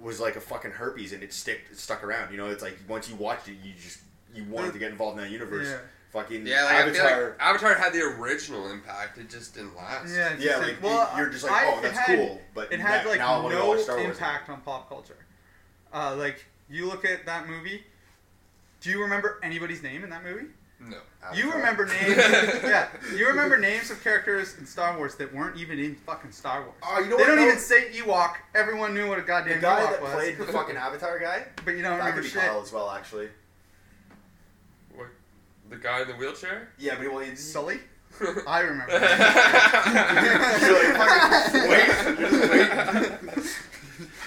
Speaker 2: was like a fucking herpes, and it stuck it stuck around. You know, it's like once you watched it, you just you wanted to get involved in that universe.
Speaker 1: Yeah.
Speaker 2: Fucking
Speaker 3: Yeah, like, I feel
Speaker 2: Avatar.
Speaker 3: like Avatar had the original impact. It just didn't last.
Speaker 1: yeah, it's
Speaker 2: yeah,
Speaker 1: just
Speaker 2: like, you- you're just like,
Speaker 1: I-
Speaker 2: oh,
Speaker 1: it
Speaker 2: that's
Speaker 1: had-
Speaker 2: cool. But
Speaker 1: it had
Speaker 2: now-
Speaker 1: like
Speaker 2: now I wanna go
Speaker 1: no
Speaker 2: watch Star Wars now.
Speaker 1: impact on pop culture. Uh, like, you look at that movie. Do you remember anybody's name in that movie?
Speaker 3: No.
Speaker 1: You
Speaker 2: Avatar.
Speaker 1: remember names? yeah, you remember names of characters in Star Wars that weren't even in fucking Star Wars.
Speaker 2: Oh, you know
Speaker 1: they
Speaker 2: what?
Speaker 1: don't
Speaker 2: though?
Speaker 1: even say Ewok. Everyone knew what a
Speaker 2: the
Speaker 1: goddamn
Speaker 2: guy
Speaker 1: Ewok
Speaker 2: that
Speaker 1: was.
Speaker 2: played the fucking Avatar guy.
Speaker 1: but you don't
Speaker 2: That
Speaker 1: remember
Speaker 2: could be
Speaker 1: shit.
Speaker 2: Kyle as well, actually.
Speaker 3: What? The guy in the wheelchair?
Speaker 2: Yeah, but he well, he's
Speaker 1: Sully. I remember.
Speaker 2: You're like, fucking wait. You're just waiting.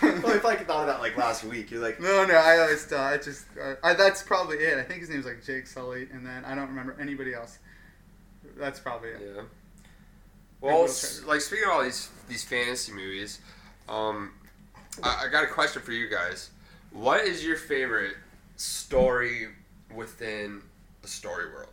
Speaker 2: Well, if I week. You're like,
Speaker 1: No, no, I always tell. I just uh, I, that's probably it. I think his name's like Jake Sully, and then I don't remember anybody else. That's probably it.
Speaker 3: Yeah.
Speaker 1: we'll
Speaker 3: Well, s-
Speaker 1: try
Speaker 3: like speaking of all these these fantasy movies, um, I, I got a question for you guys. What is your favorite story within a story world?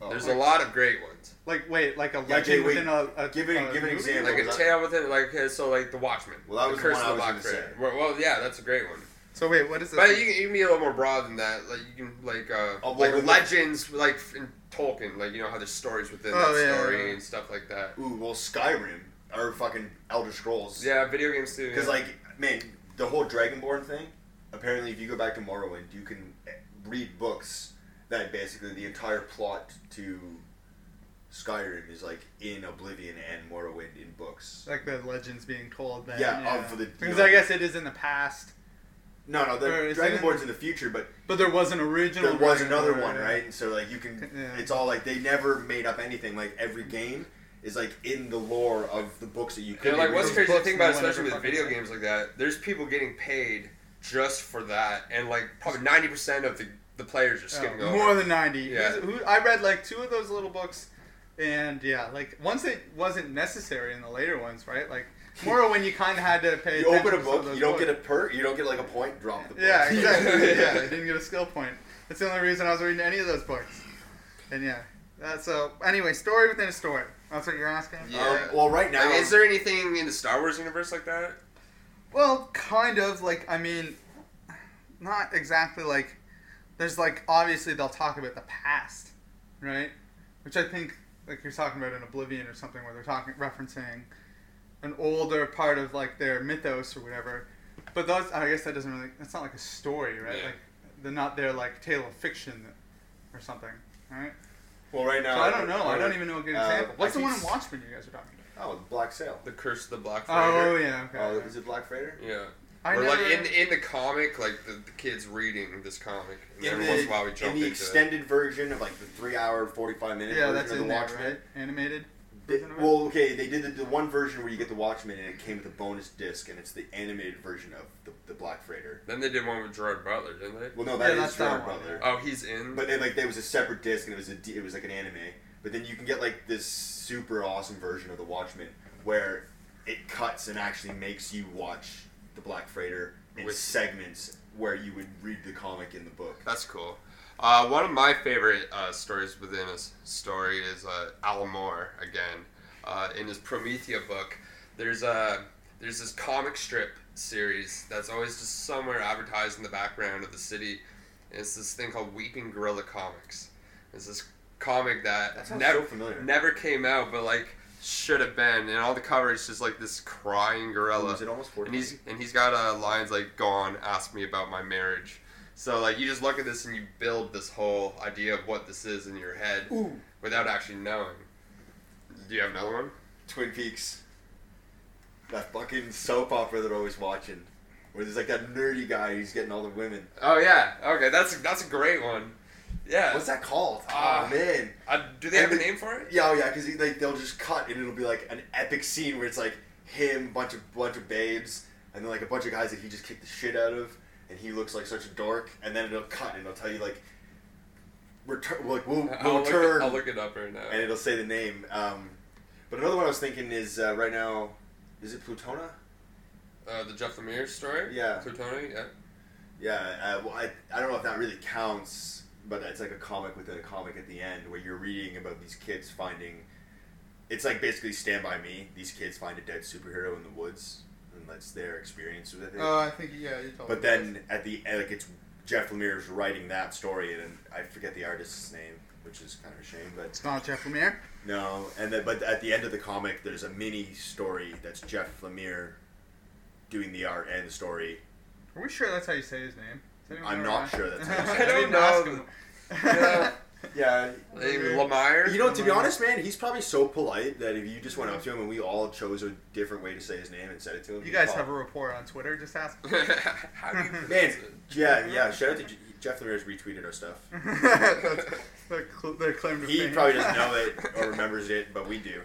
Speaker 2: oh,
Speaker 3: There's a lot of great ones,
Speaker 1: Like wait, like a
Speaker 2: Yeah,
Speaker 1: legend
Speaker 2: Jay, wait.
Speaker 1: within a, a
Speaker 2: Give it-
Speaker 1: a
Speaker 2: give
Speaker 1: movie?
Speaker 2: an example.
Speaker 3: like a
Speaker 2: was that-
Speaker 3: tale within, like okay, so, like The Watchmen.
Speaker 2: Well, that was the
Speaker 3: Curse
Speaker 2: one
Speaker 3: of
Speaker 2: I was
Speaker 3: Black
Speaker 2: gonna
Speaker 3: Raven. Well, well, yeah, that's a great one.
Speaker 1: So wait, what is this?
Speaker 3: But you, can- you can be a little more broad than that. Like you can like uh,
Speaker 2: Oh, well,
Speaker 3: like
Speaker 2: then-
Speaker 3: legends, like in Tolkien, like you know how there's stories within
Speaker 1: Oh,
Speaker 3: that
Speaker 1: yeah,
Speaker 3: story
Speaker 1: yeah.
Speaker 3: and stuff like that.
Speaker 2: Ooh, well, Skyrim or fucking Elder Scrolls.
Speaker 3: Yeah, video games too.
Speaker 2: Because
Speaker 3: yeah.
Speaker 2: like, man, the whole Dragonborn thing. Apparently, if you go back to Morrowind, you can read books that basically the entire plot to Skyrim is like in Oblivion and Morrowind in books.
Speaker 1: like the legends being told then.
Speaker 2: Yeah, um, for the-
Speaker 1: because I guess it is in the past,
Speaker 2: No, no, the
Speaker 1: Or is it in-
Speaker 2: Dragonborn's in the future, but
Speaker 1: but there was an original.
Speaker 2: there was
Speaker 1: version,
Speaker 2: another
Speaker 1: right?
Speaker 2: one, right? And so like you can,
Speaker 1: Yeah.
Speaker 2: it's all like they never made up anything. Like every game is like in the lore of the books that you could.
Speaker 3: Yeah, like
Speaker 2: read.
Speaker 3: what's
Speaker 1: Those
Speaker 3: crazy to
Speaker 1: books
Speaker 3: think
Speaker 1: no
Speaker 3: about,
Speaker 1: one
Speaker 3: especially
Speaker 1: ever
Speaker 3: with
Speaker 1: fucking
Speaker 3: video
Speaker 1: read.
Speaker 3: games like that, there's people getting paid just for that, and like probably ninety percent of the, the players are
Speaker 1: Oh,
Speaker 3: skipping over.
Speaker 1: more than ninety.
Speaker 3: Yeah.
Speaker 1: Who's- Who, I read like two of those little books, and yeah, like once it wasn't necessary in the later ones, right? Like more when you kind of had to pay.
Speaker 2: You
Speaker 1: attention
Speaker 2: open
Speaker 1: to
Speaker 2: a
Speaker 1: some of
Speaker 2: book,
Speaker 1: those
Speaker 2: you don't
Speaker 1: books.
Speaker 2: get a perk, you don't get like a point. Drop the book.
Speaker 1: Yeah, exactly. yeah, I didn't get a skill point. That's the only reason I was reading any of those books. And yeah, uh, so anyway, story within a story. That's what you're asking.
Speaker 3: Yeah.
Speaker 2: Um, well, right now,
Speaker 3: Like, is there anything in the Star Wars universe like that?
Speaker 1: Well, kind of. Like, I mean, not exactly like. There's like obviously they'll talk about the past, right? Which I think like you're talking about in Oblivion or something where they're talking referencing an older part of like their mythos or whatever. But those I guess that doesn't really that's not like a story, right?
Speaker 3: Yeah.
Speaker 1: Like they're not their like tale of fiction or something, right?
Speaker 2: well, right now,
Speaker 1: so I don't know. I don't even know a good
Speaker 2: uh,
Speaker 1: example. What's
Speaker 2: I
Speaker 1: the one
Speaker 2: keep-
Speaker 1: in Watchmen you guys are talking about?
Speaker 2: Oh, the Black Sail.
Speaker 3: The Curse of the Black
Speaker 1: Oh
Speaker 3: Freighter.
Speaker 1: yeah, okay.
Speaker 2: Oh, is it Black Freighter?
Speaker 3: yeah.
Speaker 1: I
Speaker 3: or
Speaker 1: never-
Speaker 3: like in in the comic, like the, the kids reading this comic, and
Speaker 2: In
Speaker 3: every
Speaker 2: the,
Speaker 3: once in a while we
Speaker 2: in
Speaker 3: jump
Speaker 2: the
Speaker 3: into it.
Speaker 2: extended version of like the three-hour, forty-five minute
Speaker 1: yeah,
Speaker 2: version
Speaker 1: that's
Speaker 2: of the
Speaker 1: in there,
Speaker 2: Watchmen.
Speaker 1: right? Animated.
Speaker 2: They-
Speaker 1: version of it?
Speaker 2: well, okay, they did the, the one version where you get the Watchmen, and it came with a bonus disc, and it's the animated version of the, the Black Freighter.
Speaker 3: Then they did one with Gerard Butler, didn't they?
Speaker 2: Well, no,
Speaker 1: Yeah,
Speaker 2: that is
Speaker 1: that's that
Speaker 2: Gerard
Speaker 1: one,
Speaker 2: Butler.
Speaker 3: Oh, he's in.
Speaker 2: But then, like, there was a separate disc, and it was a d- it was like an anime. But then you can get like this super awesome version of the Watchmen, where it cuts and actually makes you watch the Black Freighter in
Speaker 3: With-
Speaker 2: segments where you would read the comic in the book.
Speaker 3: That's cool. Uh, one of my favorite uh, stories within a s- story is uh, Al Moore again. Uh, in his Promethea book, there's a there's this comic strip series that's always just somewhere advertised in the background of the city. And it's this thing called Weeping Gorilla Comics. It's this comic that,
Speaker 2: That sounds
Speaker 3: never
Speaker 2: so familiar.
Speaker 3: never came out, but like should have been. And all the cover is just like this crying gorilla.
Speaker 2: Was it almost
Speaker 3: And
Speaker 2: 40?
Speaker 3: he's and he's got uh, lines like "Go on, ask me about my marriage." So like you just look at this and you build this whole idea of what this is in your head without actually knowing. Do you have another one?
Speaker 2: Twin Peaks. That fucking soap opera that I was watching, where there's like that nerdy guy who's getting all the women.
Speaker 3: Oh yeah. Okay, that's that's a great one. Yeah.
Speaker 2: What's that called?
Speaker 3: Ah.
Speaker 2: oh man.
Speaker 3: Uh, do they have a
Speaker 2: And the-
Speaker 3: name for it?
Speaker 2: Yeah, oh, yeah, because like they'll just cut and it'll be like an epic scene where it's like him, bunch of bunch of babes, and then like a bunch of guys that he just kicked the shit out of, and he looks like such a dork. And then it'll cut and it'll tell you like, return, like we'll,
Speaker 3: I'll
Speaker 2: we'll
Speaker 3: look,
Speaker 2: return,
Speaker 3: I'll look it up right now.
Speaker 2: and it'll say the name. Um, but another one I was thinking is uh, right now, is it Plutona?
Speaker 3: Uh, the Jeff Lemire story.
Speaker 2: Yeah.
Speaker 3: Plutonic. Yeah.
Speaker 2: Yeah, uh, well, I, I don't know if that really counts, but it's like a comic within a comic at the end where you're reading about these kids finding. It's like basically Stand By Me. These kids find a dead superhero in the woods, and that's their experience with it.
Speaker 1: Oh, I think yeah, you told me.
Speaker 2: but then at the end, like it's Jeff Lemire's writing that story, and I forget the artist's name, which is kind of a shame, but
Speaker 1: it's not Jeff Lemire.
Speaker 2: no, and then, but at the end of the comic, there's a mini story that's Jeff Lemire doing the art and the story.
Speaker 1: Are we sure that's how you say his name? Does anyone
Speaker 2: I'm
Speaker 1: know
Speaker 2: not
Speaker 1: why?
Speaker 2: sure that's how you
Speaker 3: I
Speaker 2: say it.
Speaker 1: I
Speaker 3: don't
Speaker 1: didn't ask
Speaker 3: know.
Speaker 1: him.
Speaker 3: Yeah.
Speaker 2: Yeah,
Speaker 3: Hey, Lemire.
Speaker 2: You know, to be honest, man, he's probably so polite that if you just went up to him and we all chose a different way to say his name and said it to him,
Speaker 1: You
Speaker 2: he'd
Speaker 1: guys
Speaker 2: pop-
Speaker 1: have a rapport on Twitter. Just ask. him.
Speaker 3: How do you
Speaker 2: man.
Speaker 3: pronounce it?
Speaker 2: Yeah, yeah. Shout out to J- Jeff Lemire's retweeted our stuff.
Speaker 1: that's their, cl- their claim to
Speaker 2: He
Speaker 1: fame.
Speaker 2: probably doesn't know it or remembers it, but we do.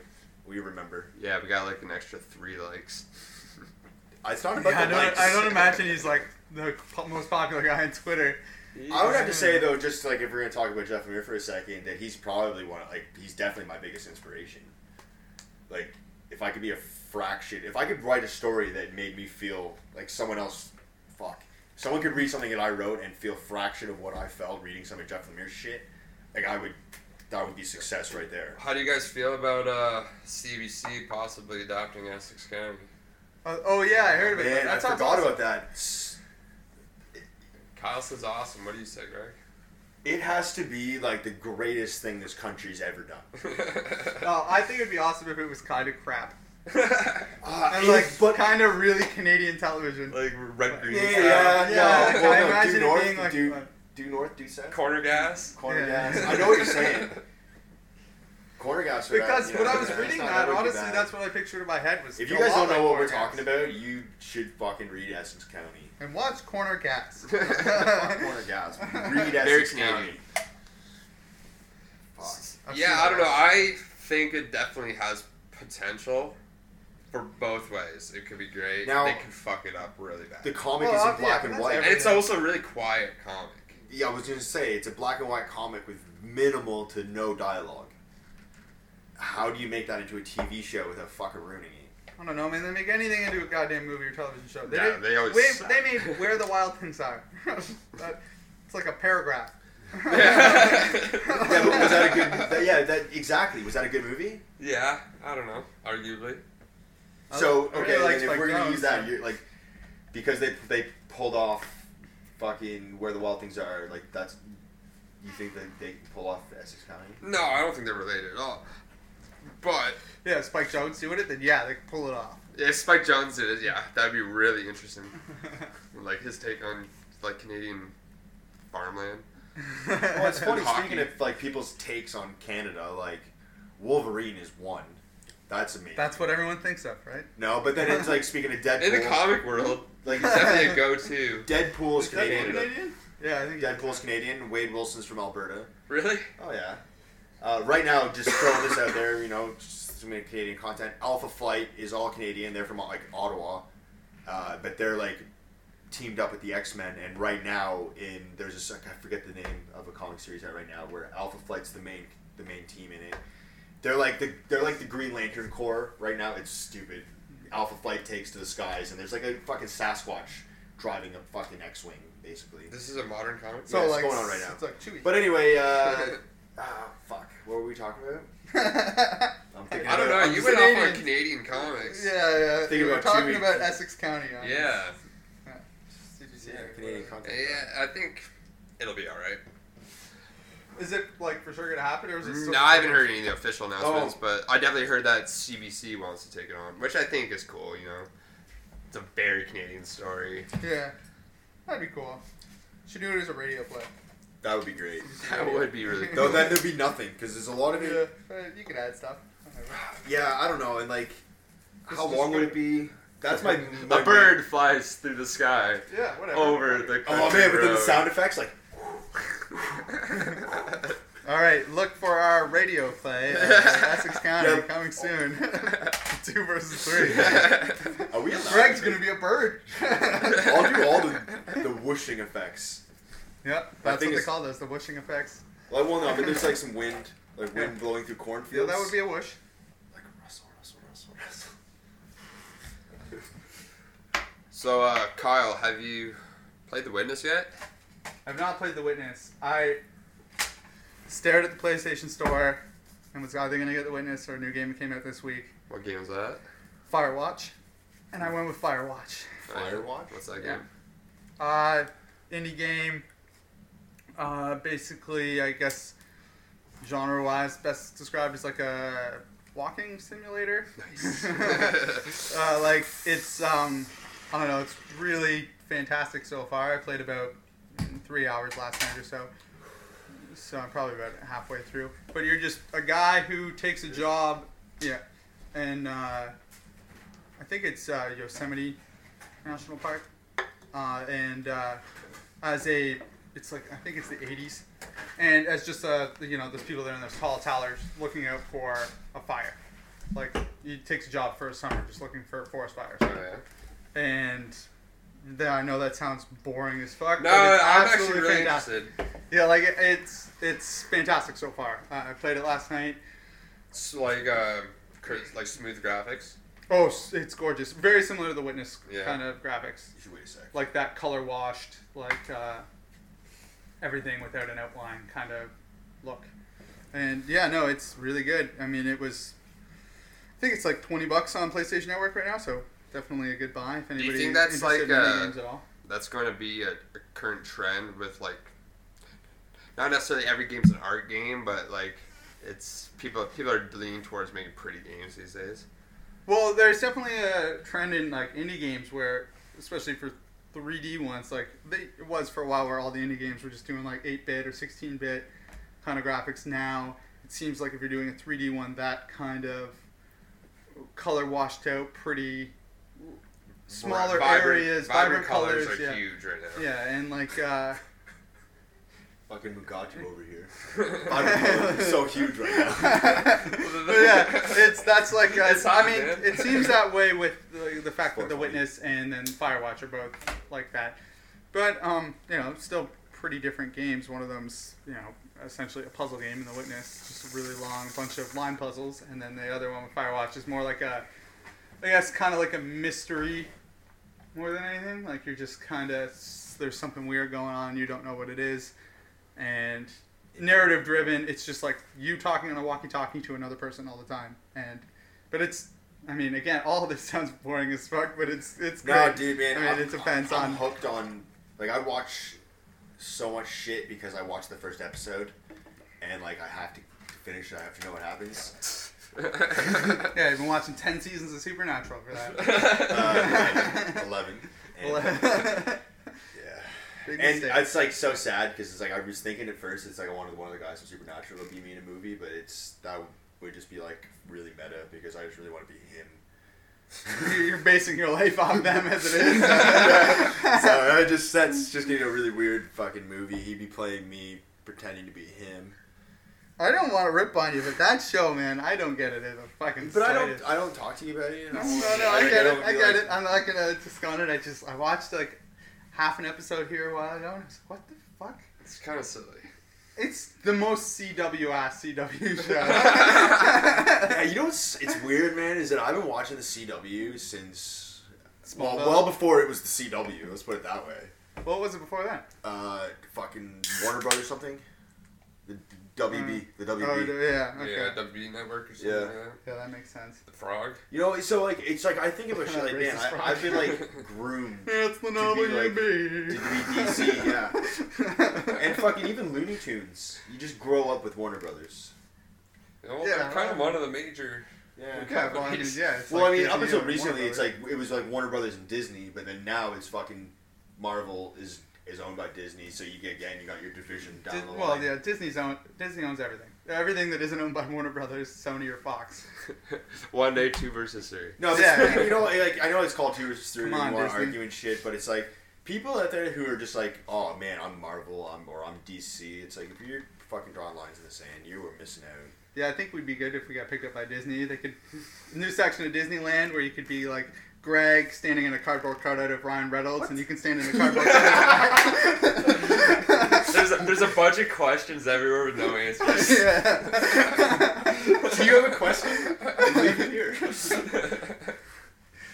Speaker 2: We remember.
Speaker 3: Yeah, we got like an extra three likes.
Speaker 2: It's not about
Speaker 1: Yeah, I,
Speaker 2: the
Speaker 1: don't,
Speaker 2: likes.
Speaker 1: I don't imagine he's like the po- most popular guy on Twitter.
Speaker 2: I would have to say though, just like if we're gonna talk about Jeff Amir for a second, that he's probably one of, like he's definitely my biggest inspiration. Like if I could be a fraction, if I could write a story that made me feel like someone else, fuck, someone could read something that I wrote and feel fraction of what I felt reading some of Jeff Amir's shit, like I would, that would be success right there.
Speaker 3: How do you guys feel about uh, CBC possibly adopting Essex County?
Speaker 1: Uh, oh yeah, I heard of it.
Speaker 2: Man,
Speaker 1: that
Speaker 2: I
Speaker 1: sounds
Speaker 2: forgot
Speaker 1: awesome.
Speaker 2: about that. S-
Speaker 3: Kyle says awesome. What do you say,
Speaker 2: It has to be like the greatest thing this country's ever done.
Speaker 3: Greg?
Speaker 1: Oh, I think it'd be awesome if it was kind of crap
Speaker 2: Uh,
Speaker 1: and
Speaker 2: it-
Speaker 1: like kind of really Canadian television.
Speaker 3: like red green.
Speaker 2: yeah,
Speaker 1: Yeah,
Speaker 2: yeah,
Speaker 1: yeah, I
Speaker 2: no, well, no,
Speaker 1: imagine
Speaker 2: due
Speaker 1: it
Speaker 2: north,
Speaker 1: being like-
Speaker 2: due, due north, due south.
Speaker 3: Corner gas.
Speaker 2: Corner
Speaker 1: Yeah.
Speaker 2: gas. I know what you're saying. Corner gas. are bad,
Speaker 1: because
Speaker 2: you know,
Speaker 1: when I
Speaker 2: yeah,
Speaker 1: was
Speaker 2: it's
Speaker 1: reading
Speaker 2: not
Speaker 1: that,
Speaker 2: ever too
Speaker 1: honestly,
Speaker 2: bad.
Speaker 1: that's what I pictured in my head was.
Speaker 2: If you guys don't know what we're talking
Speaker 1: about,
Speaker 2: about, you should fucking read Essence County.
Speaker 1: and watch Corner Gas.
Speaker 2: Fuck Corner gas. Read
Speaker 3: Very
Speaker 2: Essence County.
Speaker 3: Canadian.
Speaker 2: Fuck.
Speaker 1: I've
Speaker 3: yeah,
Speaker 1: seen
Speaker 3: I don't
Speaker 1: that.
Speaker 3: know. I think it definitely has potential for both ways. It could be great.
Speaker 2: Now-
Speaker 3: they could fuck it up really bad.
Speaker 2: The comic
Speaker 1: Well,
Speaker 2: is
Speaker 1: uh,
Speaker 2: in
Speaker 1: yeah,
Speaker 2: black and
Speaker 1: that's
Speaker 2: white.
Speaker 3: and it's
Speaker 1: everything.
Speaker 3: also a really quiet comic.
Speaker 2: Yeah, I was gonna say it's a black and white comic with minimal to no dialogue. How do you make that into a TV show without fucking ruining it?
Speaker 1: I don't know, man. They make anything into a goddamn movie or television show. They
Speaker 3: Yeah,
Speaker 1: made,
Speaker 3: they always
Speaker 1: Wait,
Speaker 3: suck.
Speaker 1: they made Where the Wild Things Are. that, it's like a paragraph.
Speaker 2: Yeah, but was that a good? that- yeah, that exactly. Was that a good movie?
Speaker 3: yeah, I don't know. Arguably.
Speaker 2: So
Speaker 1: I really
Speaker 2: okay,
Speaker 1: liked
Speaker 2: then if
Speaker 1: Spike
Speaker 2: we're gonna
Speaker 1: Jonze.
Speaker 2: use that, you're like because they they pulled off fucking where the wild things are. Like that's you think that they can pull off Essex County?
Speaker 3: No, I don't think they're related at all. But
Speaker 1: Yeah, Spike Jones doing it, then yeah, they could pull it off.
Speaker 3: if Spike Jones did it, yeah, that'd be really interesting. like his take on like Canadian farmland.
Speaker 2: Well, it's funny.
Speaker 3: Hockey.
Speaker 2: Speaking of like people's takes on Canada, like Wolverine is one. That's amazing.
Speaker 1: That's what everyone thinks of, right?
Speaker 2: no, but then it's like speaking of Deadpool.
Speaker 3: In the comic world,
Speaker 2: like
Speaker 3: it's definitely a go-to.
Speaker 2: Deadpool is
Speaker 1: Is that
Speaker 2: Canadian.
Speaker 1: Canadian? Yeah, I think
Speaker 2: Deadpool's Canadian. Wade Wilson's from Alberta.
Speaker 3: Really?
Speaker 2: Oh yeah. Uh, right now, just throwing this out there, you know, just some Canadian content. Alpha Flight is all Canadian. They're from like Ottawa, uh, but they're like teamed up with the X Men. And right now, in there's a sec- I forget the name of a comic series out right now where Alpha Flight's the main the main team in it. They're like the they're like the Green Lantern Corps right now. It's stupid. Alpha Flight takes to the skies, and there's like a fucking Sasquatch driving a fucking X Wing, basically.
Speaker 3: This is a modern comic.
Speaker 1: So
Speaker 2: Yeah, it's
Speaker 1: like,
Speaker 2: going on right now.
Speaker 1: It's like Chewy.
Speaker 2: But anyway, uh, ah, fuck. What were we talking about?
Speaker 1: yeah,
Speaker 2: I'm thinking
Speaker 3: I don't know.
Speaker 2: about- I'm
Speaker 3: You
Speaker 2: just-
Speaker 3: went off on
Speaker 1: Canadian.
Speaker 3: Canadian comics.
Speaker 1: yeah.
Speaker 2: Think
Speaker 1: We were
Speaker 2: about
Speaker 1: talking
Speaker 2: Chewy.
Speaker 1: about Essex County. On
Speaker 3: Yeah.
Speaker 1: CGC.
Speaker 2: Yeah, Canadian content.
Speaker 3: Yeah, I think it'll be all right.
Speaker 1: Is it like for sure gonna happen, or is it? still- Oh.
Speaker 3: No, Mm, I haven't heard any of the official announcements, but I definitely heard that CBC wants to take it on, which I think is cool. You know, it's a very Canadian story.
Speaker 1: Yeah, that'd be cool. Should do it as a radio play.
Speaker 2: That would be great.
Speaker 3: That would be really
Speaker 2: Though
Speaker 3: cool.
Speaker 2: then there'd be nothing because there's a lot of
Speaker 1: Yeah,
Speaker 2: it.
Speaker 1: but you could add stuff. Whatever.
Speaker 2: Yeah, I don't know. And like,
Speaker 1: Just-
Speaker 2: how
Speaker 1: just
Speaker 2: long would it be? That's my, my
Speaker 3: a bird flies through the sky
Speaker 1: Yeah, whatever.
Speaker 3: over the.
Speaker 2: Oh man, but then the sound effects like.
Speaker 1: All right, look for our radio play. Uh, Essex County
Speaker 2: Yeah.
Speaker 1: coming soon. Two versus three.
Speaker 2: Are we allowed?
Speaker 1: Greg's gonna be a bird.
Speaker 2: I'll do all the, the whooshing effects.
Speaker 1: yep,
Speaker 2: I
Speaker 1: that's
Speaker 2: think
Speaker 1: what they
Speaker 2: it's-
Speaker 1: call those, the whooshing effects.
Speaker 2: Well, well, no, but there's like some wind, like wind
Speaker 1: Yeah.
Speaker 2: blowing through
Speaker 1: Yeah,
Speaker 2: cornfields.
Speaker 1: that would be a whoosh.
Speaker 2: like rustle, rustle, rustle, rustle.
Speaker 3: So, uh, Kyle, have you played The Witness yet?
Speaker 1: I've not played The Witness. I stared at the PlayStation Store and was either gonna get The Witness or a new game that came out this week,
Speaker 3: What game is that?
Speaker 1: Firewatch, and I went with Firewatch.
Speaker 2: Firewatch?
Speaker 3: What's that
Speaker 1: Yeah.
Speaker 3: game?
Speaker 1: Uh, indie game. Uh, basically, I guess genre-wise, best described as like a walking simulator.
Speaker 3: Nice.
Speaker 1: uh, like it's um, I don't know. It's really fantastic so far. I played about three hours last night or so. So I'm probably about halfway through. But you're just a guy who takes a job, yeah, and uh, I think it's uh, Yosemite National Park, uh, and uh, as a it's like I think it's the 80s, and as just uh, you know, there's people there and there's tall towers looking out for a fire. Like he takes a job for a summer, just looking for forest fires
Speaker 3: Oh, yeah.
Speaker 1: and then I know that sounds boring as fuck.
Speaker 3: No,
Speaker 1: but it's
Speaker 3: I'm actually
Speaker 1: absolutely
Speaker 3: really
Speaker 1: fantastic.
Speaker 3: interested.
Speaker 1: Yeah, like it- it's it's fantastic so far. Uh, I played it last night.
Speaker 3: It's like uh, cr- like smooth graphics.
Speaker 1: Oh, s- it's gorgeous. Very similar to the Witness
Speaker 3: Yeah.
Speaker 1: kind of graphics,
Speaker 2: You should wait a sec.
Speaker 1: like that color washed, like uh, everything without an outline kind of look. And yeah, no, it's really good. I mean, it was. I think it's like twenty bucks on PlayStation Network right now, so definitely a good buy if anybody
Speaker 3: think that's
Speaker 1: interested
Speaker 3: like,
Speaker 1: in any
Speaker 3: uh,
Speaker 1: games at all.
Speaker 3: That's going to be a, a current trend with like, not necessarily every game's an art game, but like, it's people people are leaning towards making pretty games these days.
Speaker 1: Well, there's definitely a trend in like indie games where, especially for 3D ones, like they, it was for a while where all the indie games were just doing like 8-bit or 16-bit kind of graphics. Now it seems like if you're doing a 3D one, that kind of color washed out, pretty smaller
Speaker 3: Vibrant-
Speaker 1: areas,
Speaker 3: vibrant
Speaker 1: vibrant, colors,
Speaker 3: are
Speaker 1: yeah,
Speaker 3: huge right now.
Speaker 1: yeah, and like uh,
Speaker 2: Fucking Mugatu over here. I'm so huge right now.
Speaker 1: But yeah, it's that's like uh,
Speaker 3: It's hot,
Speaker 1: I mean,
Speaker 3: man.
Speaker 1: it seems that way with the, the fact that the
Speaker 2: 420.
Speaker 1: witness and then Firewatch are both like that, but um, you know, still pretty different games. One of them's you know essentially a puzzle game, and the witness just a really long bunch of line puzzles, and then the other one with Firewatch is more like a, I guess, kind of like a mystery, more than anything. Like you're just kind of there's something weird going on, you don't know what it is, and narrative driven. It's just like you talking on a walkie-talkie to another person all the time, and but it's. I mean, again, all of this sounds boring as fuck, but it's it's great.
Speaker 2: No, dude, man.
Speaker 1: I mean,
Speaker 2: I'm-
Speaker 1: it depends
Speaker 2: I'm
Speaker 1: on.
Speaker 2: hooked on. Like, I watch so much shit because I watched the first episode, and like, I have to finish. it. I have to know what happens.
Speaker 1: yeah, I've been watching ten seasons of Supernatural for
Speaker 2: Uh, like, Eleven. And,
Speaker 1: that.
Speaker 2: yeah.
Speaker 1: Big
Speaker 2: And
Speaker 1: mistake.
Speaker 2: it's like so sad because it's like I was thinking at first it's like I wanted one of the guys from Supernatural to be me in a movie, but it's that would just be like really meta because I just really want to be
Speaker 1: You-
Speaker 2: him.
Speaker 1: You're basing your life on them as it is.
Speaker 2: so I just that's just getting a really weird fucking movie. He'd be playing me pretending to be him.
Speaker 1: I don't want to rip on you, but that show, man, I don't get it as a fucking.
Speaker 2: But I don't
Speaker 1: slightest.
Speaker 2: I don't talk to you about it.
Speaker 1: No, no, no, I get it. I get it. I'm not gonna discount it. I just I watched like half an episode here a while ago, and I was like, what the fuck?
Speaker 3: It's kind of silly.
Speaker 1: It's the most CW ass CW show.
Speaker 2: Yeah, you know what's it's weird, man, is that I've been watching the CW since well,
Speaker 1: Smallville.
Speaker 2: well before it was the CW. Let's put it that way.
Speaker 1: what was it before that?
Speaker 2: uh, fucking Warner Brothers something. The WB, the
Speaker 1: Oh,
Speaker 2: WB.
Speaker 1: yeah, okay.
Speaker 3: Yeah,
Speaker 1: Yeah,
Speaker 3: WB Network or something.
Speaker 2: Yeah.
Speaker 3: Like that.
Speaker 1: that makes sense.
Speaker 3: The Frog.
Speaker 2: You know, so like it's like I think about shit like man,
Speaker 1: Racist fuck.
Speaker 2: I, I've been like groomed
Speaker 1: It's the
Speaker 2: To be like-
Speaker 1: WB.
Speaker 2: to be DC, yeah, and fucking even Looney Tunes. You just grow up with Warner Brothers.
Speaker 3: You know,
Speaker 1: Yeah,
Speaker 3: they're kind of
Speaker 1: um,
Speaker 3: one of the major.
Speaker 2: Yeah.
Speaker 1: Yeah, well, I mean, yeah, it's
Speaker 2: Well,
Speaker 1: like
Speaker 2: I mean,
Speaker 1: Disney
Speaker 2: up until
Speaker 1: and
Speaker 2: recently,
Speaker 1: Warner
Speaker 2: it's like it was like Warner Brothers and Disney, but then now it's fucking Marvel is is owned by Disney. So you get again, you got your division down
Speaker 1: Dis-
Speaker 2: the
Speaker 1: well,
Speaker 2: line.
Speaker 1: yeah, Disney's own Disney owns everything. Everything that isn't owned by Warner Brothers, Sony, or Fox.
Speaker 3: One day, two versus three.
Speaker 2: No, but
Speaker 1: Yeah.
Speaker 2: it's- you know, like I know it's called two versus three,
Speaker 1: Come on,
Speaker 2: and you want to
Speaker 1: Disney.
Speaker 2: argue and shit, but it's like people out there who are just like, oh man, I'm Marvel, I'm or I'm DC. It's like if you're fucking drawing lines in the sand, you were missing out.
Speaker 1: Yeah, I think we'd be good if we got picked up by Disney. They could new section of Disneyland where you could be like Greg standing in a cardboard cutout of Ryan Reynolds, and you can stand in a cardboard cutout.
Speaker 3: There's a, there's a bunch of questions everywhere with no answers.
Speaker 1: yeah.
Speaker 2: Do you have a question? Leave it here.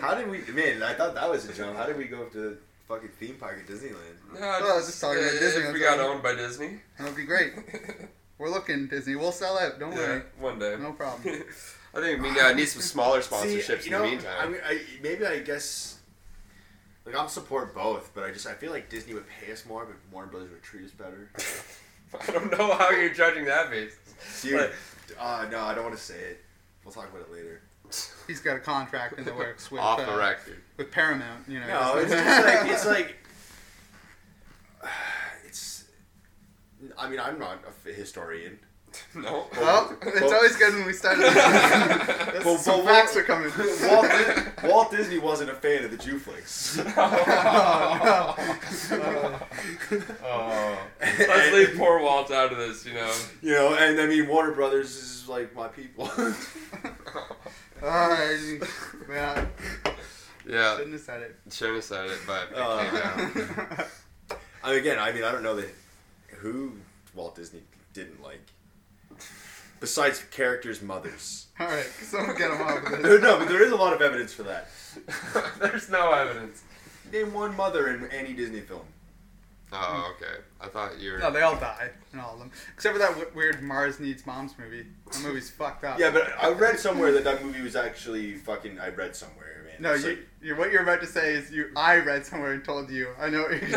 Speaker 2: How did we? Man, I thought that was a jump. How did we go up to fucking theme park at Disneyland?
Speaker 1: Well, I was Oh, just talking about
Speaker 3: eh, if
Speaker 1: Disney,
Speaker 3: we
Speaker 1: that's
Speaker 3: got
Speaker 1: all.
Speaker 3: owned by Disney.
Speaker 1: That'd be great. We're looking Disney. We'll sell out. Don't
Speaker 3: Yeah,
Speaker 1: worry.
Speaker 3: one day.
Speaker 1: No problem.
Speaker 3: I think we uh, need some smaller sponsorships
Speaker 2: See, you know,
Speaker 3: in the meantime.
Speaker 2: I mean, I, maybe I guess. Like I'll support both, but I just I feel like Disney would pay us more, but Warner Brothers would treat us better.
Speaker 3: I don't know how you're judging that basis.
Speaker 2: Dude, uh, no, I don't want to say it. We'll talk about it later.
Speaker 1: He's got a contract in the works with
Speaker 3: Off
Speaker 1: uh,
Speaker 3: the record.
Speaker 1: with Paramount. You know.
Speaker 2: No, it's just like it's like it's. I mean, I'm not a f- historian.
Speaker 3: No.
Speaker 1: well, it's
Speaker 2: Well-
Speaker 1: always good when we start. That's-
Speaker 2: Well,
Speaker 1: some
Speaker 2: well,
Speaker 1: facts
Speaker 2: well-
Speaker 1: are coming.
Speaker 2: Walt, Dis- Walt Disney wasn't a fan of the Jew flicks.
Speaker 1: Oh, no.
Speaker 3: Oh. Let's leave poor Walt out of this, you know.
Speaker 2: you know, and I mean, Warner Brothers is like my people.
Speaker 1: Uh, yeah.
Speaker 3: Yeah, Yeah.
Speaker 1: Shouldn't have said it.
Speaker 3: Shouldn't have said it, but it
Speaker 2: Uh,
Speaker 3: came out.
Speaker 1: Oh.
Speaker 2: I mean, again, I mean, I don't know that who Walt Disney didn't like. Besides characters' mothers.
Speaker 1: All right, someone get him out of
Speaker 2: no,
Speaker 1: this.
Speaker 2: but there is a lot of evidence for that.
Speaker 3: There's no evidence.
Speaker 2: Name one mother in any Disney film.
Speaker 3: Oh, okay. I thought you were.
Speaker 1: No, they all die in all of them, except for that w- weird Mars Needs Moms movie. That movie's fucked up.
Speaker 2: Yeah, but I read somewhere that that movie was actually fucking. I read somewhere, man.
Speaker 1: No,
Speaker 2: It's
Speaker 1: you,
Speaker 2: like-
Speaker 1: you, what you're about to say is you. I read somewhere and told you. I know. What you're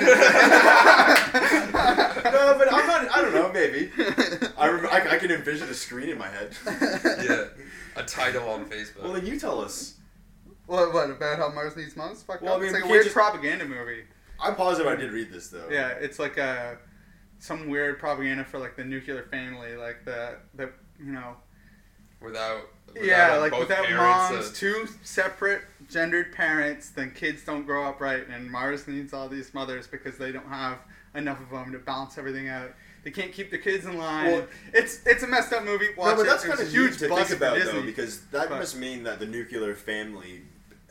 Speaker 2: no,
Speaker 1: gonna
Speaker 2: but I'm not. I don't know. Maybe
Speaker 1: say.
Speaker 2: I, rem- I I can envision a screen in my head.
Speaker 3: yeah. A title on Facebook.
Speaker 2: Well, then you tell us.
Speaker 1: What, what about how Mars needs moms? Fuck
Speaker 2: Well, I
Speaker 1: up.
Speaker 2: mean,
Speaker 1: it's like
Speaker 2: we
Speaker 1: a
Speaker 2: can't
Speaker 1: weird
Speaker 2: just-
Speaker 1: propaganda movie.
Speaker 2: I'm positive I did read this though.
Speaker 1: Yeah, it's like a some weird propaganda for like the nuclear family, like the the you know.
Speaker 3: without, without.
Speaker 1: Yeah, like
Speaker 3: both
Speaker 1: without
Speaker 3: parents,
Speaker 1: moms,
Speaker 3: uh,
Speaker 1: two separate gendered parents, then kids don't grow up right, and Mars needs all these mothers because they don't have enough of them to balance everything out. They can't keep the kids in line.
Speaker 2: Well-
Speaker 1: it's it's a messed up movie. Watch
Speaker 2: No, but
Speaker 1: it.
Speaker 2: that's
Speaker 1: It was
Speaker 2: kind of
Speaker 1: a
Speaker 2: huge
Speaker 1: huge
Speaker 2: to
Speaker 1: bust
Speaker 2: think
Speaker 1: for
Speaker 2: about
Speaker 1: Disney.
Speaker 2: though, because that
Speaker 1: But-
Speaker 2: must mean that the nuclear family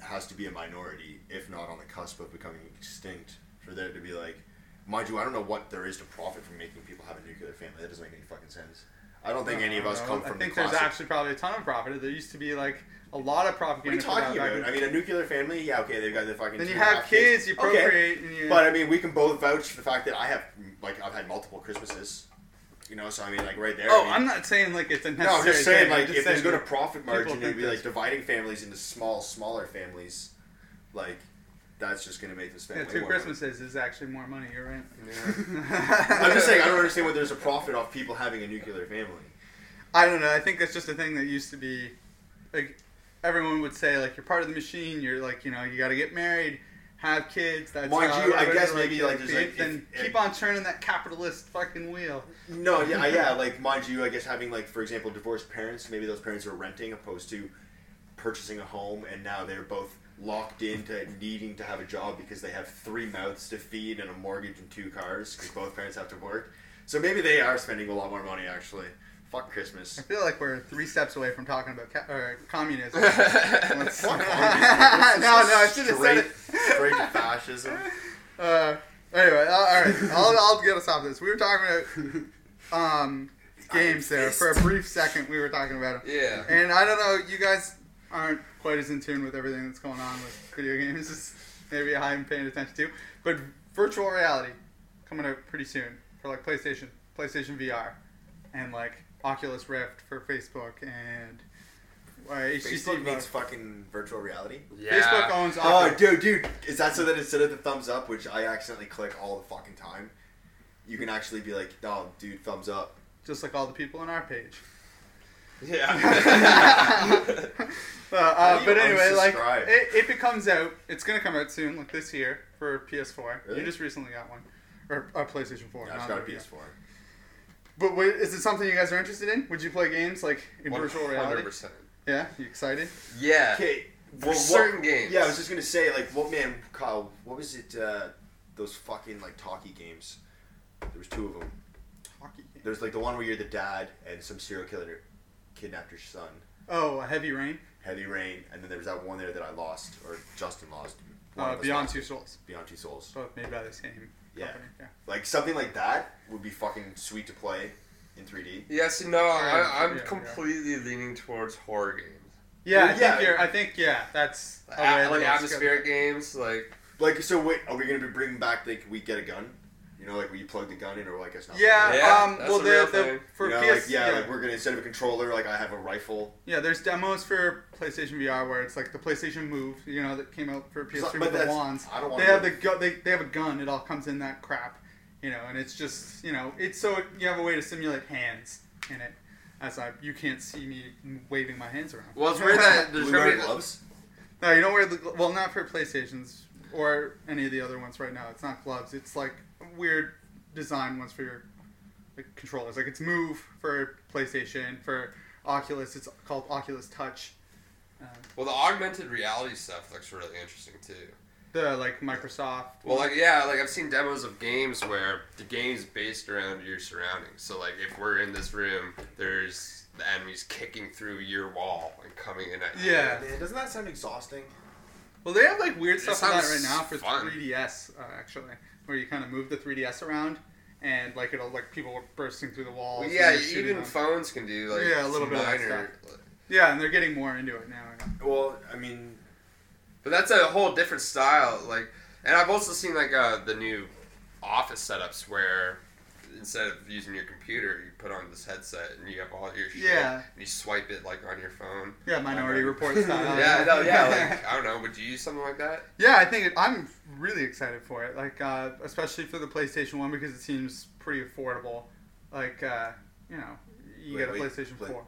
Speaker 2: has to be a minority, if not on the cusp of becoming extinct, for there to be like, mind you, I don't know what there is to profit from making people have a nuclear family. That doesn't make any fucking sense. I don't think any of us
Speaker 1: I don't
Speaker 2: come
Speaker 1: know.
Speaker 2: from
Speaker 1: I think
Speaker 2: the
Speaker 1: there's
Speaker 2: classic.
Speaker 1: actually probably a ton of profit. There used to be like a lot of
Speaker 2: what are
Speaker 1: propaganda.
Speaker 2: you
Speaker 1: for that
Speaker 2: talking
Speaker 1: back
Speaker 2: about?
Speaker 1: in-
Speaker 2: I mean, a nuclear family, yeah, okay, they've got the fucking.
Speaker 1: then
Speaker 2: two
Speaker 1: you
Speaker 2: and a
Speaker 1: have
Speaker 2: half
Speaker 1: kids, you
Speaker 2: Okay.
Speaker 1: procreate, and you.
Speaker 2: But I mean, we can both vouch for the fact that I have, like, I've had multiple Christmases. You know, so I mean, like, right there. I
Speaker 1: oh,
Speaker 2: mean-
Speaker 1: I'm not saying like it's a necessary.
Speaker 2: No, I'm just saying,
Speaker 1: thing. I'm
Speaker 2: like,
Speaker 1: just
Speaker 2: if there's
Speaker 1: saying
Speaker 2: going to profit
Speaker 1: people
Speaker 2: margin, it'd
Speaker 1: think
Speaker 2: be like
Speaker 1: that's-
Speaker 2: dividing families into small, smaller families. Like, that's just going to make this family.
Speaker 1: yeah, two
Speaker 2: more
Speaker 1: Christmases is actually more money. You're right.
Speaker 2: money. I'm just saying, I don't understand why there's a profit off people having a nuclear family.
Speaker 1: I don't know. I think that's just a thing that used to be, like, everyone would say like you're part of the machine. You're like you know you got to get married, have kids. That's
Speaker 2: Mind
Speaker 1: how
Speaker 2: you, I
Speaker 1: everybody
Speaker 2: guess
Speaker 1: like
Speaker 2: maybe,
Speaker 1: to
Speaker 2: like, there's,
Speaker 1: be.
Speaker 2: like, if-
Speaker 1: then
Speaker 2: if-
Speaker 1: keep on churning that capitalist fucking wheel.
Speaker 2: No, yeah, yeah. Like, mind you, I guess having, like, for example, divorced parents, maybe those parents are renting opposed to purchasing a home, and now they're both locked into needing to have a job because they have three mouths to feed and a mortgage and two cars because both parents have to work. So maybe they are spending a lot more money, actually. Fuck Christmas.
Speaker 1: I feel like we're three steps away from talking about ca- or communism. Let's-
Speaker 2: Fuck
Speaker 1: no, no,
Speaker 2: communism.
Speaker 1: I should have said
Speaker 2: Straight,
Speaker 1: it.
Speaker 2: straight to fascism.
Speaker 1: Uh, anyway, all all right, I'll, I'll get us off this. We were talking about um, games there for a brief second. We were talking about them,
Speaker 3: yeah.
Speaker 1: and I don't know. You guys aren't quite as in tune with everything that's going on with video games as maybe I am paying attention to. But virtual reality coming out pretty soon for like PlayStation, PlayStation VR, and like Oculus Rift for Facebook and uh, HTC.
Speaker 2: Facebook
Speaker 1: Vive.
Speaker 2: makes fucking virtual reality.
Speaker 3: Yeah.
Speaker 1: Facebook owns
Speaker 2: Oh,
Speaker 1: Oculus.
Speaker 2: dude, dude, is that so that instead of the thumbs up, which I accidentally click all the fucking time, you can actually be like, oh, dude, thumbs up.
Speaker 1: just like all the people on our page.
Speaker 3: Yeah.
Speaker 1: Uh, uh,
Speaker 2: do you
Speaker 1: but anyway, like
Speaker 2: unsubscribe?
Speaker 1: it, if it comes out, it's gonna come out soon, like this year for PS4.
Speaker 2: Really?
Speaker 1: You just recently got one, or a PlayStation 4.
Speaker 2: Uh-huh. Yeah, I
Speaker 1: not
Speaker 2: just got a
Speaker 1: the Vita.
Speaker 2: PS4.
Speaker 1: But wait, is it something you guys are interested in? Would you play games like in virtual reality?
Speaker 3: 100%.
Speaker 1: Yeah, you excited?
Speaker 3: Yeah.
Speaker 2: Okay,
Speaker 3: For certain games.
Speaker 2: Yeah, I was just gonna say, like, what man, Kyle? What was it? Uh, those fucking like talkie games. There was two of them.
Speaker 1: Hockey game.
Speaker 2: There's like the one where you're the dad and some serial killer kidnapped your son.
Speaker 1: Oh, a Heavy Rain.
Speaker 2: Heavy Rain, and then there was that one there that I lost, or Justin lost. One
Speaker 1: Uh,
Speaker 2: of us
Speaker 1: Beyond
Speaker 2: lost.
Speaker 1: Two Souls.
Speaker 2: Beyond Two Souls.
Speaker 1: Both made by the same
Speaker 2: Yeah.
Speaker 1: company. Yeah.
Speaker 2: Like something like that would be fucking sweet to play in 3D.
Speaker 3: Yes and no. I, I'm
Speaker 1: Yeah, yeah.
Speaker 3: completely leaning towards horror games.
Speaker 1: Yeah, I
Speaker 2: Well,
Speaker 1: think
Speaker 2: yeah.
Speaker 1: you're. I think yeah, that's a way
Speaker 3: A-
Speaker 1: that
Speaker 3: like
Speaker 1: looks good.
Speaker 3: atmospheric games, like
Speaker 2: Like, so wait, are we gonna be bringing back like we get a gun? You know, like we plug the gun in, or like it's not.
Speaker 1: Yeah,
Speaker 3: Yeah,
Speaker 1: um,
Speaker 3: that's
Speaker 1: well,
Speaker 3: a
Speaker 1: the,
Speaker 3: real
Speaker 1: the
Speaker 3: thing.
Speaker 1: for
Speaker 2: you know,
Speaker 1: PS,
Speaker 2: like, yeah, like we're gonna instead of a controller, like I have a rifle.
Speaker 1: Yeah, there's demos for PlayStation VR where it's like the PlayStation Move, you know, that came out for PS3
Speaker 2: but
Speaker 1: with the
Speaker 2: that's-
Speaker 1: wands.
Speaker 2: I don't wanna
Speaker 1: They have
Speaker 2: go-
Speaker 1: the gu- they, they have a gun. It all comes in that crap, you know, and it's just you know, it's so you have a way to simulate hands in it. As I, you can't see me waving my hands around.
Speaker 3: well, it's weird that there's
Speaker 2: Blue
Speaker 3: gonna
Speaker 2: Mary
Speaker 3: be
Speaker 2: gloves.
Speaker 1: No, you don't wear the gl- well, not for PlayStations or any of the other ones right now. It's not gloves. It's like weird design ones for your like, controllers. Like it's Move for PlayStation for Oculus. It's called Oculus Touch. Um,
Speaker 3: well, the augmented reality stuff looks really interesting too.
Speaker 1: The like Microsoft.
Speaker 3: Well, like yeah, like I've seen demos of games where the game's based around your surroundings. So like if we're in this room, there's the enemies kicking through your wall and coming in at you.
Speaker 1: Yeah.
Speaker 2: Man, doesn't that sound exhausting?
Speaker 1: Well, they have like weird
Speaker 3: It
Speaker 1: stuff like that right
Speaker 3: sounds
Speaker 1: now for
Speaker 3: fun.
Speaker 1: 3DS, uh, actually, where you kind of move the 3DS around and like it'll like people were bursting through the walls.
Speaker 3: Well,
Speaker 1: and
Speaker 3: yeah,
Speaker 1: you're shooting
Speaker 3: even
Speaker 1: them.
Speaker 3: phones can do like
Speaker 1: Yeah, a little bit of that
Speaker 3: minor-
Speaker 1: yeah, and they're getting more into it now. yeah.
Speaker 2: Well, I mean,
Speaker 3: But that's a whole different style. Like, and I've also seen like uh, the new office setups where instead of using your computer, you put on this headset and you have all your shit.
Speaker 1: Yeah.
Speaker 3: And you swipe it like on your phone.
Speaker 1: Yeah, Minority
Speaker 2: Minority.
Speaker 1: Report style.
Speaker 3: yeah, no, yeah. Like, I don't know. Would you use something like that?
Speaker 1: Yeah, I think it, I'm really excited for it. Like, uh, especially for the PlayStation One because it seems pretty affordable. Like, uh, you know, you
Speaker 2: Wait,
Speaker 1: get a
Speaker 2: wait,
Speaker 1: PlayStation
Speaker 2: play-
Speaker 1: Four.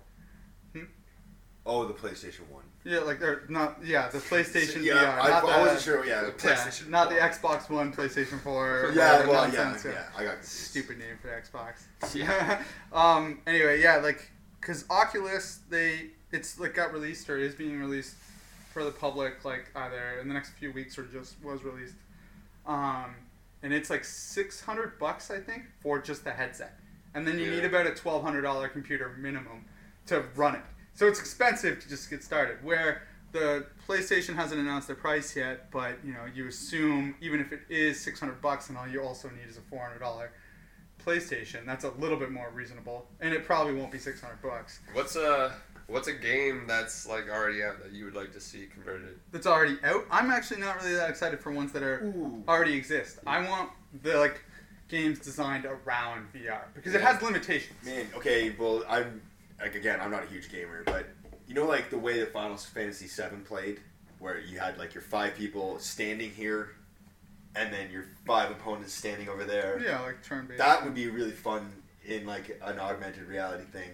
Speaker 2: oh, the PlayStation One.
Speaker 1: Yeah, like they're not. Yeah, the PlayStation
Speaker 2: yeah,
Speaker 1: VR. not
Speaker 2: I, I
Speaker 1: the,
Speaker 2: wasn't sure. Yeah, the
Speaker 1: yeah,
Speaker 3: PlayStation
Speaker 1: not the
Speaker 3: 4.
Speaker 1: Xbox One, PlayStation Four.
Speaker 2: Yeah,
Speaker 1: whatever
Speaker 2: well, yeah,
Speaker 1: nonsense,
Speaker 2: yeah, I got confused.
Speaker 1: Stupid name for Xbox. Yeah. um. Anyway, yeah, like, cause Oculus, they it's like got released or is being released for the public, like either in the next few weeks or just was released. Um, and it's like six hundred bucks, I think, for just the headset, and then you
Speaker 3: Yeah.
Speaker 1: need about a twelve hundred dollar computer minimum to run it. So it's expensive to just get started. Where the PlayStation hasn't announced their price yet, but you know, you assume even if it is six hundred bucks, and all you also need is a four hundred dollar PlayStation, that's a little bit more reasonable, and it probably won't be six hundred bucks.
Speaker 3: What's a What's a game that's like already out that you would like to see converted?
Speaker 1: That's already out. I'm actually not really that excited for ones that are
Speaker 2: Ooh.
Speaker 1: already exist. I want the like games designed around VR because it
Speaker 3: Yeah.
Speaker 1: has limitations.
Speaker 2: Man, okay, well, I'm like again, I'm not a huge gamer, but you know, like the way that Final Fantasy VII played, where you had like your five people standing here, and then your five opponents standing over there.
Speaker 1: Yeah, like turn based.
Speaker 2: That would be really fun in like an augmented reality thing,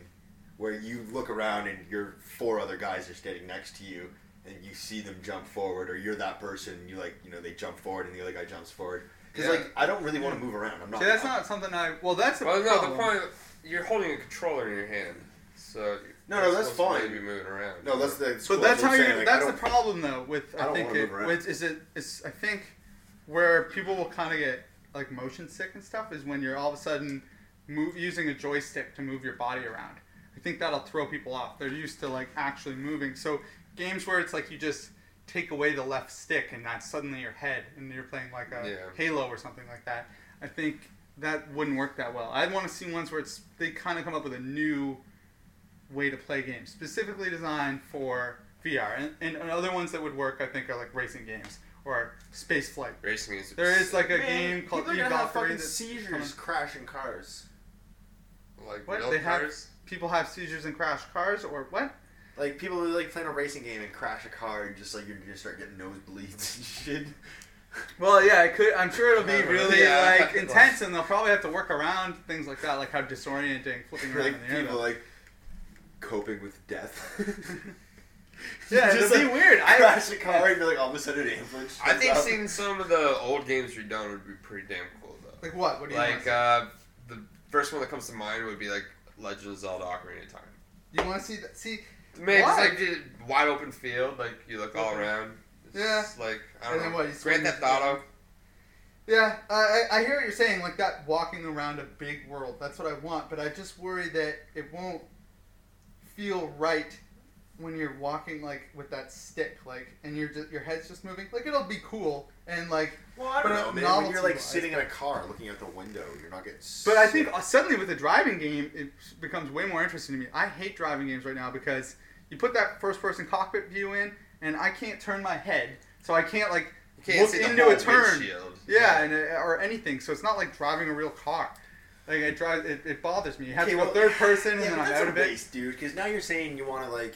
Speaker 2: where you look around and your four other guys are standing next to you, and you see them jump forward, or you're that person. You like, you know, they jump forward, and the other guy jumps forward. Because
Speaker 3: Yeah.
Speaker 2: like, I don't really want to move around. I'm not.
Speaker 1: See, that's
Speaker 2: I'm-
Speaker 1: not something I. Well, that's a
Speaker 3: Well, no. The
Speaker 1: problem.
Speaker 3: point you're holding a controller in your hand, so
Speaker 2: No, no,
Speaker 3: you're
Speaker 2: that's
Speaker 3: supposed to
Speaker 2: fine.
Speaker 3: Be moving around.
Speaker 2: No, that's the.
Speaker 1: But
Speaker 2: cool,
Speaker 1: that's
Speaker 2: what
Speaker 1: how
Speaker 2: I'm
Speaker 1: you.
Speaker 2: saying, like, I
Speaker 1: that's the
Speaker 2: don't-
Speaker 1: problem, though. With I,
Speaker 2: I don't
Speaker 1: think
Speaker 2: wanna
Speaker 1: it,
Speaker 2: move around.
Speaker 1: with, is it is I think where people will kind of get like motion sick and stuff is when you're all of a sudden move using a joystick to move your body around. I think that'll throw people off. They're used to like actually moving. So games where it's like you just take away the left stick and that's suddenly your head and you're playing like a
Speaker 3: Yeah.
Speaker 1: Halo or something like that. I think that wouldn't work that well. I'd want to see ones where it's they kind of come up with a new way to play games, specifically designed for VR. And, and other ones that would work, I think, are like racing games or space flight.
Speaker 3: Racing is
Speaker 1: There is like a
Speaker 2: Man,
Speaker 1: game called
Speaker 2: people are
Speaker 1: Eve
Speaker 2: gonna have
Speaker 1: Golf 3
Speaker 2: fucking
Speaker 1: that's
Speaker 2: seizures
Speaker 1: coming-
Speaker 2: crashing cars.
Speaker 3: like
Speaker 1: What
Speaker 3: real
Speaker 1: they have?
Speaker 3: cars?
Speaker 1: People have seizures and crash cars, or what?
Speaker 2: Like people are like playing a racing game and crash a car and just like you're gonna start getting nosebleeds and shit.
Speaker 1: Well, yeah, it could. I'm sure it'll be really
Speaker 3: Yeah.
Speaker 1: like intense, and they'll probably have to work around things like that, like how disorienting flipping around
Speaker 2: like
Speaker 1: in the air.
Speaker 2: people
Speaker 1: though.
Speaker 2: like coping with death.
Speaker 1: Yeah,
Speaker 2: Just,
Speaker 1: it'd be weird. I-
Speaker 2: crash a car and be like all of a sudden an ambulance.
Speaker 3: I
Speaker 2: comes
Speaker 3: think
Speaker 2: out.
Speaker 3: seeing some of the old games redone would be pretty damn cool though.
Speaker 1: Like what? What do you want?
Speaker 3: Like uh, the first one that comes to mind would be like Legend of Zelda: Ocarina of Time.
Speaker 1: you want to see that? See,
Speaker 3: Man, it's
Speaker 1: Why?
Speaker 3: like just wide open field. Like you look all around. It's
Speaker 1: Yeah.
Speaker 3: just, Like I
Speaker 1: And
Speaker 3: don't
Speaker 1: then
Speaker 3: know.
Speaker 1: what, you swing
Speaker 3: Grand Theft
Speaker 1: your-
Speaker 3: Auto.
Speaker 1: Yeah, I, I I hear what you're saying, like that walking around a big world. That's what I want, but I just worry that it won't feel right when you're walking like with that stick, like, and your your head's just moving. Like it'll be cool and like,
Speaker 2: Well, I
Speaker 1: but
Speaker 2: don't
Speaker 1: a
Speaker 2: know, man. When you're like
Speaker 1: novelty-wise.
Speaker 2: sitting in a car looking out the window, you're not getting.
Speaker 1: but I think uh,
Speaker 2: sick.
Speaker 1: suddenly with the driving game, it becomes way more interesting to me. I hate driving games right now because you put that first person cockpit view in, and I can't turn my head, so I can't like
Speaker 3: You can't
Speaker 1: look
Speaker 3: see the
Speaker 1: into
Speaker 3: whole
Speaker 1: a turn.
Speaker 3: windshield.
Speaker 1: Yeah, and it, or anything. So it's not like driving a real car. Like it drives, it, it bothers me. You have
Speaker 2: Okay,
Speaker 1: to go
Speaker 2: well-
Speaker 1: third person, and
Speaker 2: Yeah,
Speaker 1: then
Speaker 2: but
Speaker 1: I'm
Speaker 2: that's
Speaker 1: out
Speaker 2: a
Speaker 1: of it.
Speaker 2: waste, dude. Because now you're saying you want to like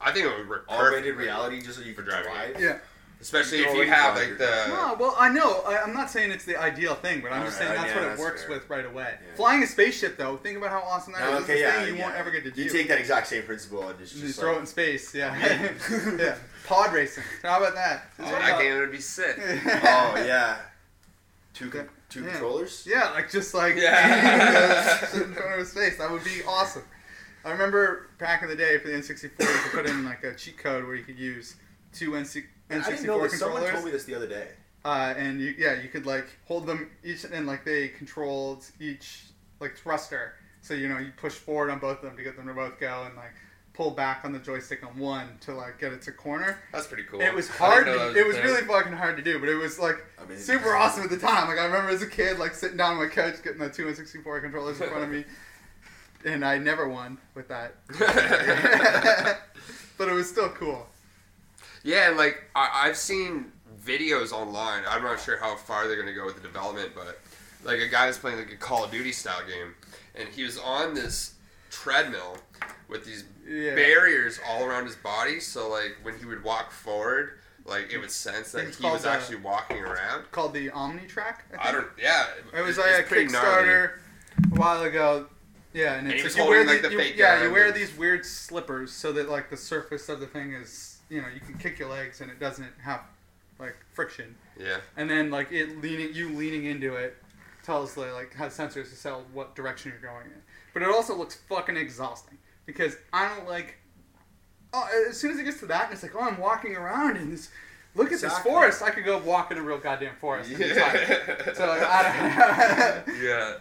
Speaker 3: I think it would work.
Speaker 2: augmented
Speaker 3: perfectly.
Speaker 2: reality just so you
Speaker 3: For
Speaker 2: can
Speaker 3: driving.
Speaker 2: drive.
Speaker 1: Yeah.
Speaker 3: Especially
Speaker 2: You
Speaker 3: if
Speaker 2: can
Speaker 3: you
Speaker 2: already
Speaker 3: have
Speaker 2: drive
Speaker 3: like
Speaker 2: your-
Speaker 3: the.
Speaker 1: No, well, I know. I, I'm not saying it's the ideal thing, but I'm just saying
Speaker 2: Alright,
Speaker 1: that's
Speaker 2: oh, yeah,
Speaker 1: what it
Speaker 2: that's
Speaker 1: works
Speaker 2: fair.
Speaker 1: with right away.
Speaker 2: Yeah.
Speaker 1: Flying a spaceship, though, think about how awesome that is.
Speaker 2: Now,
Speaker 1: It's
Speaker 2: okay,
Speaker 1: a
Speaker 2: yeah,
Speaker 1: thing you
Speaker 2: yeah.
Speaker 1: won't ever get to do.
Speaker 2: You take that exact same principle and it's
Speaker 1: And
Speaker 2: just
Speaker 1: you
Speaker 2: like,
Speaker 1: throw it in space. Yeah.
Speaker 2: Yeah.
Speaker 1: yeah. Pod racing. How about that?
Speaker 3: Oh, that game would be sick.
Speaker 2: oh yeah, two con- two
Speaker 1: Yeah.
Speaker 2: controllers.
Speaker 1: Yeah, like just like
Speaker 3: Yeah.
Speaker 1: in front of his face. That would be awesome. I remember back in the day for the N64, you could put in like a cheat code where you could use two N64
Speaker 2: I didn't know this. Someone told
Speaker 1: controllers,
Speaker 2: me this the other day.
Speaker 1: uh, and you, yeah, you could like hold them each, and like they controlled each like thruster. So you know you push forward on both of them to get them to both go, and like pull back on the joystick on one to like get it to corner.
Speaker 3: That's pretty cool.
Speaker 1: It was
Speaker 3: I didn't
Speaker 1: hard.
Speaker 3: know that
Speaker 1: To,
Speaker 3: a
Speaker 1: it was
Speaker 3: thing.
Speaker 1: really fucking hard to do, but it was like
Speaker 2: I mean-
Speaker 1: super awesome at the time. Like I remember as a kid, like sitting down on my couch, getting the two and sixty four controllers in front of me, and I never won with that. but it was still cool.
Speaker 3: Yeah, and like I, I've seen videos online. I'm not sure how far they're gonna go with the development, but like a guy was playing like a Call of Duty style game, and he was on this treadmill with these
Speaker 1: Yeah.
Speaker 3: barriers all around his body. So like when he would walk forward, like it would sense that
Speaker 1: It's
Speaker 3: he was
Speaker 1: called, uh,
Speaker 3: actually walking around.
Speaker 1: Called the Omni Track.
Speaker 3: I don't. Yeah,
Speaker 1: It was
Speaker 3: it's
Speaker 1: like a
Speaker 3: pretty gnarly.
Speaker 1: Kickstarter a while ago. Yeah, and
Speaker 3: And
Speaker 1: it's
Speaker 3: he was
Speaker 1: like you wear
Speaker 3: holding, like,
Speaker 1: these-
Speaker 3: the
Speaker 1: you-
Speaker 3: fake
Speaker 1: yeah,
Speaker 3: gun
Speaker 1: you wear
Speaker 3: and-
Speaker 1: these weird slippers so that like the surface of the thing is you know you can kick your legs and it doesn't have like friction.
Speaker 3: Yeah.
Speaker 1: And then like it leaning you leaning into it tells the like has sensors to tell what direction you're going in. But it also looks fucking exhausting because I don't like. Oh, as soon as it gets to that, and it's like, oh, I'm walking around in this. Look at this
Speaker 2: Exactly.
Speaker 1: forest. I could go walk in a real goddamn forest. and be fine.
Speaker 3: Yeah.
Speaker 1: So like, I don't.
Speaker 3: yeah.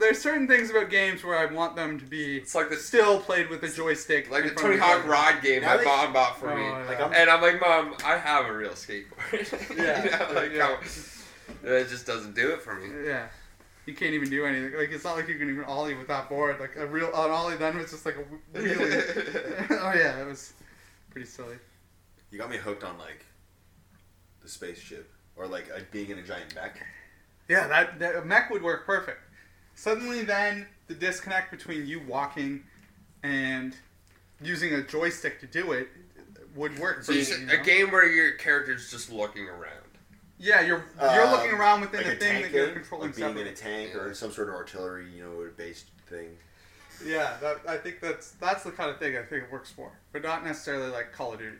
Speaker 1: There's certain things about games where I want them to be
Speaker 3: It's like the
Speaker 1: still played with a joystick.
Speaker 3: like
Speaker 1: in
Speaker 3: the
Speaker 1: front
Speaker 3: Tony
Speaker 1: of
Speaker 3: Hawk
Speaker 1: you.
Speaker 3: rod game
Speaker 2: Now
Speaker 3: my
Speaker 2: they-
Speaker 3: mom bought for
Speaker 1: Oh,
Speaker 3: me.
Speaker 1: yeah.
Speaker 2: Like, I'm-
Speaker 3: and I'm like, Mom, I have a real skateboard.
Speaker 1: Yeah.
Speaker 3: you know, like
Speaker 1: Yeah.
Speaker 3: how it just doesn't do it for me.
Speaker 1: Yeah. You can't even do anything. Like it's not like you can even ollie with that board. Like a real an ollie then was just like a wheelie. oh yeah, it was pretty silly.
Speaker 2: You got me hooked on like the spaceship or like a, being in a giant mech.
Speaker 1: Yeah, that, that a mech would work perfect. Suddenly, then the disconnect between you walking and using a joystick to do it would work. for
Speaker 3: So you
Speaker 1: you,
Speaker 3: said
Speaker 1: you
Speaker 3: a
Speaker 1: know?
Speaker 3: game where your character's just looking around.
Speaker 1: Yeah, you're you're
Speaker 2: Um,
Speaker 1: looking around within
Speaker 2: like
Speaker 1: the thing
Speaker 2: tank
Speaker 1: that you're
Speaker 2: game,
Speaker 1: controlling.
Speaker 2: like being in
Speaker 1: separately.
Speaker 2: a tank or some sort of artillery, you know, based thing.
Speaker 1: Yeah, that, I think that's that's the kind of thing I think it works for, but not necessarily like Call of Duty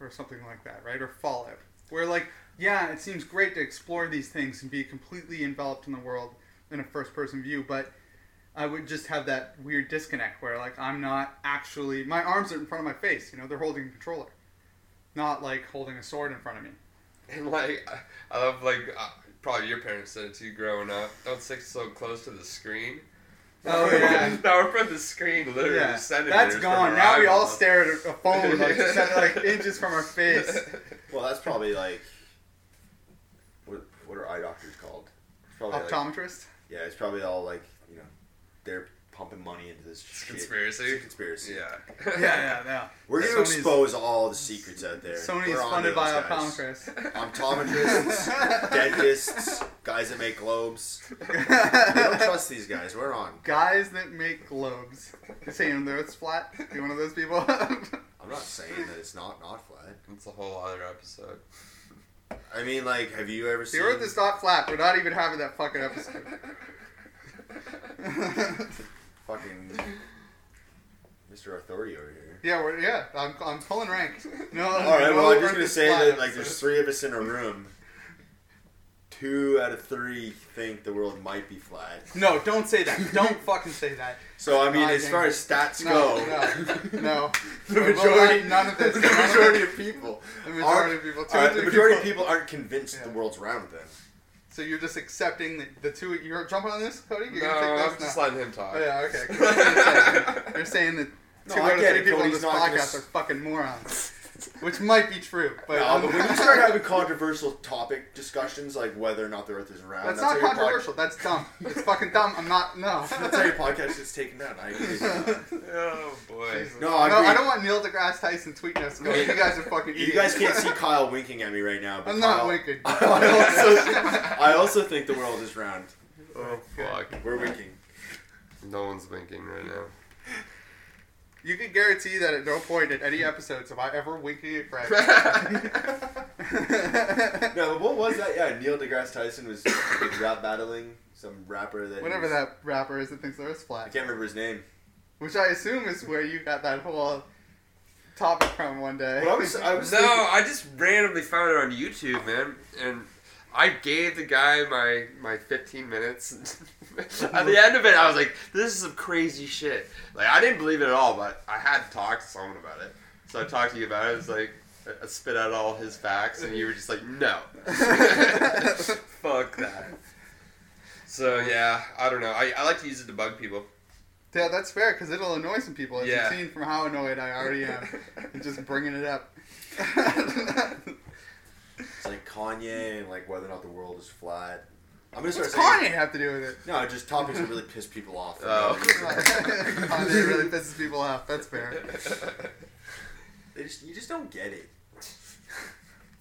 Speaker 1: or something like that, right? Or Fallout, where like yeah, it seems great to explore these things and be completely enveloped in the world in a first-person view, but I would just have that weird disconnect where like I'm not actually my arms are in front of my face, you know, they're holding a controller, not like holding a sword in front of me.
Speaker 3: And like, I- I love like uh, probably your parents said it to you growing up. Don't stick so close to the screen.
Speaker 1: Oh, yeah.
Speaker 3: now we're from the screen, literally
Speaker 1: Yeah,
Speaker 3: centimeters.
Speaker 1: that's
Speaker 3: from
Speaker 1: gone.
Speaker 3: our
Speaker 1: Now we all
Speaker 3: eyeballs.
Speaker 1: stare at a phone like, like inches from our face.
Speaker 2: Well, that's probably like what, what are eye doctors called? It's Probably like-
Speaker 1: Optometrist.
Speaker 2: yeah, it's probably all like you know they're pumping money into this shit.
Speaker 3: conspiracy?
Speaker 2: It's a conspiracy.
Speaker 3: yeah.
Speaker 1: yeah, yeah, yeah.
Speaker 2: We're gonna
Speaker 1: Sony's-
Speaker 2: expose all the secrets out there.
Speaker 1: Sony's
Speaker 2: We're on
Speaker 1: funded
Speaker 2: those
Speaker 1: by
Speaker 2: guys.
Speaker 1: optometrists.
Speaker 2: Optometrists, dentists, guys that make globes. We don't trust these guys. We're on.
Speaker 1: Guys that make globes. You're saying the Earth's flat? You one of those people?
Speaker 2: I'm not saying that it's not not flat.
Speaker 3: It's a whole other episode.
Speaker 2: I mean, like, have you ever
Speaker 1: the
Speaker 2: seen?
Speaker 1: Earth is not flat. We're not even having that fucking episode.
Speaker 2: fucking Mr. Authority over here.
Speaker 1: yeah, we're, yeah. I'm, I'm pulling rank. No.
Speaker 2: All right.
Speaker 1: no
Speaker 2: Well, I'm
Speaker 1: Earth
Speaker 2: just gonna
Speaker 1: is
Speaker 2: say
Speaker 1: flat
Speaker 2: that like there's
Speaker 1: episode.
Speaker 2: three of us in a room. Two out of three think the world might be flat.
Speaker 1: No, don't say that. Don't fucking say that.
Speaker 2: So I mean,
Speaker 1: No, I
Speaker 2: as
Speaker 1: think-
Speaker 2: far as stats
Speaker 1: No,
Speaker 2: go,
Speaker 1: no, no.
Speaker 2: the
Speaker 1: Well,
Speaker 2: majority,
Speaker 1: none of this.
Speaker 2: the
Speaker 1: none of this.
Speaker 2: majority of people,
Speaker 1: The majority
Speaker 2: aren't-
Speaker 1: of people-
Speaker 2: all right,
Speaker 1: two of
Speaker 2: the
Speaker 1: the
Speaker 2: majority of
Speaker 1: people-
Speaker 2: people aren't convinced that
Speaker 1: Yeah.
Speaker 2: the world's round. Then
Speaker 1: So you're just accepting the, the two. You're jumping on this, Cody? You're
Speaker 3: no,
Speaker 1: gonna take
Speaker 3: I'm
Speaker 1: this
Speaker 3: just
Speaker 1: now.
Speaker 3: letting him talk.
Speaker 1: Oh, yeah, okay. You're saying- You're saying that
Speaker 2: No,
Speaker 1: two
Speaker 2: I
Speaker 1: out of
Speaker 2: get
Speaker 1: three
Speaker 2: it.
Speaker 1: people on
Speaker 2: Cody's
Speaker 1: this
Speaker 2: not gonna
Speaker 1: podcast
Speaker 2: s-
Speaker 1: are fucking morons, which might be true. But,
Speaker 2: no,
Speaker 1: um,
Speaker 2: but when you start having controversial topic discussions like whether or not the Earth is round,
Speaker 1: that's,
Speaker 2: how
Speaker 1: not
Speaker 2: your pod-
Speaker 1: controversial. That's dumb. It's fucking dumb. I'm not. No.
Speaker 2: that's how your podcast is taken down. I agree.
Speaker 3: Oh boy.
Speaker 2: No, I
Speaker 1: no,
Speaker 2: agree.
Speaker 1: I don't want Neil deGrasse Tyson tweeting us. Going, you guys are fucking idiots.
Speaker 2: You guys can't see Kyle winking at me right now. But
Speaker 1: I'm not
Speaker 2: Kyle-
Speaker 1: winking.
Speaker 2: I also, I also think the world is round.
Speaker 3: Oh fuck.
Speaker 2: We're winking.
Speaker 3: No one's winking right now.
Speaker 1: You can guarantee that at no point in any episodes am I ever winking at Fred.
Speaker 2: No, but what was that? Yeah, Neil deGrasse Tyson was like, rap battling some rapper that
Speaker 1: Whatever
Speaker 2: was-
Speaker 1: that rapper is that thinks there is
Speaker 2: I
Speaker 1: flat,
Speaker 2: can't remember his name.
Speaker 1: which I assume is where you got that whole topic from one day.
Speaker 2: But I was, I was
Speaker 3: No,
Speaker 2: thinking-
Speaker 3: I just randomly found it on YouTube, man, and I gave the guy my my 15 minutes. at the end of it, I was like, "This is some crazy shit." Like I didn't believe it at all, but I had to talk to someone about it. So I talked to you about it. It's like I- I spit out all his facts, and you were just like, "No, fuck that." So yeah, I don't know. I, I like to use it to bug people.
Speaker 1: Yeah, that's fair because it'll annoy some people. As
Speaker 3: Yeah.
Speaker 1: you've seen from how annoyed I already am, and just bringing it up.
Speaker 2: It's like Kanye and like whether or not the world is flat. I'm gonna start
Speaker 1: What's
Speaker 2: saying
Speaker 1: Kanye have to do with it?
Speaker 2: no, just topics that really piss people off.
Speaker 3: Oh.
Speaker 1: Kanye really pisses people off. That's fair.
Speaker 2: they just you just don't get it.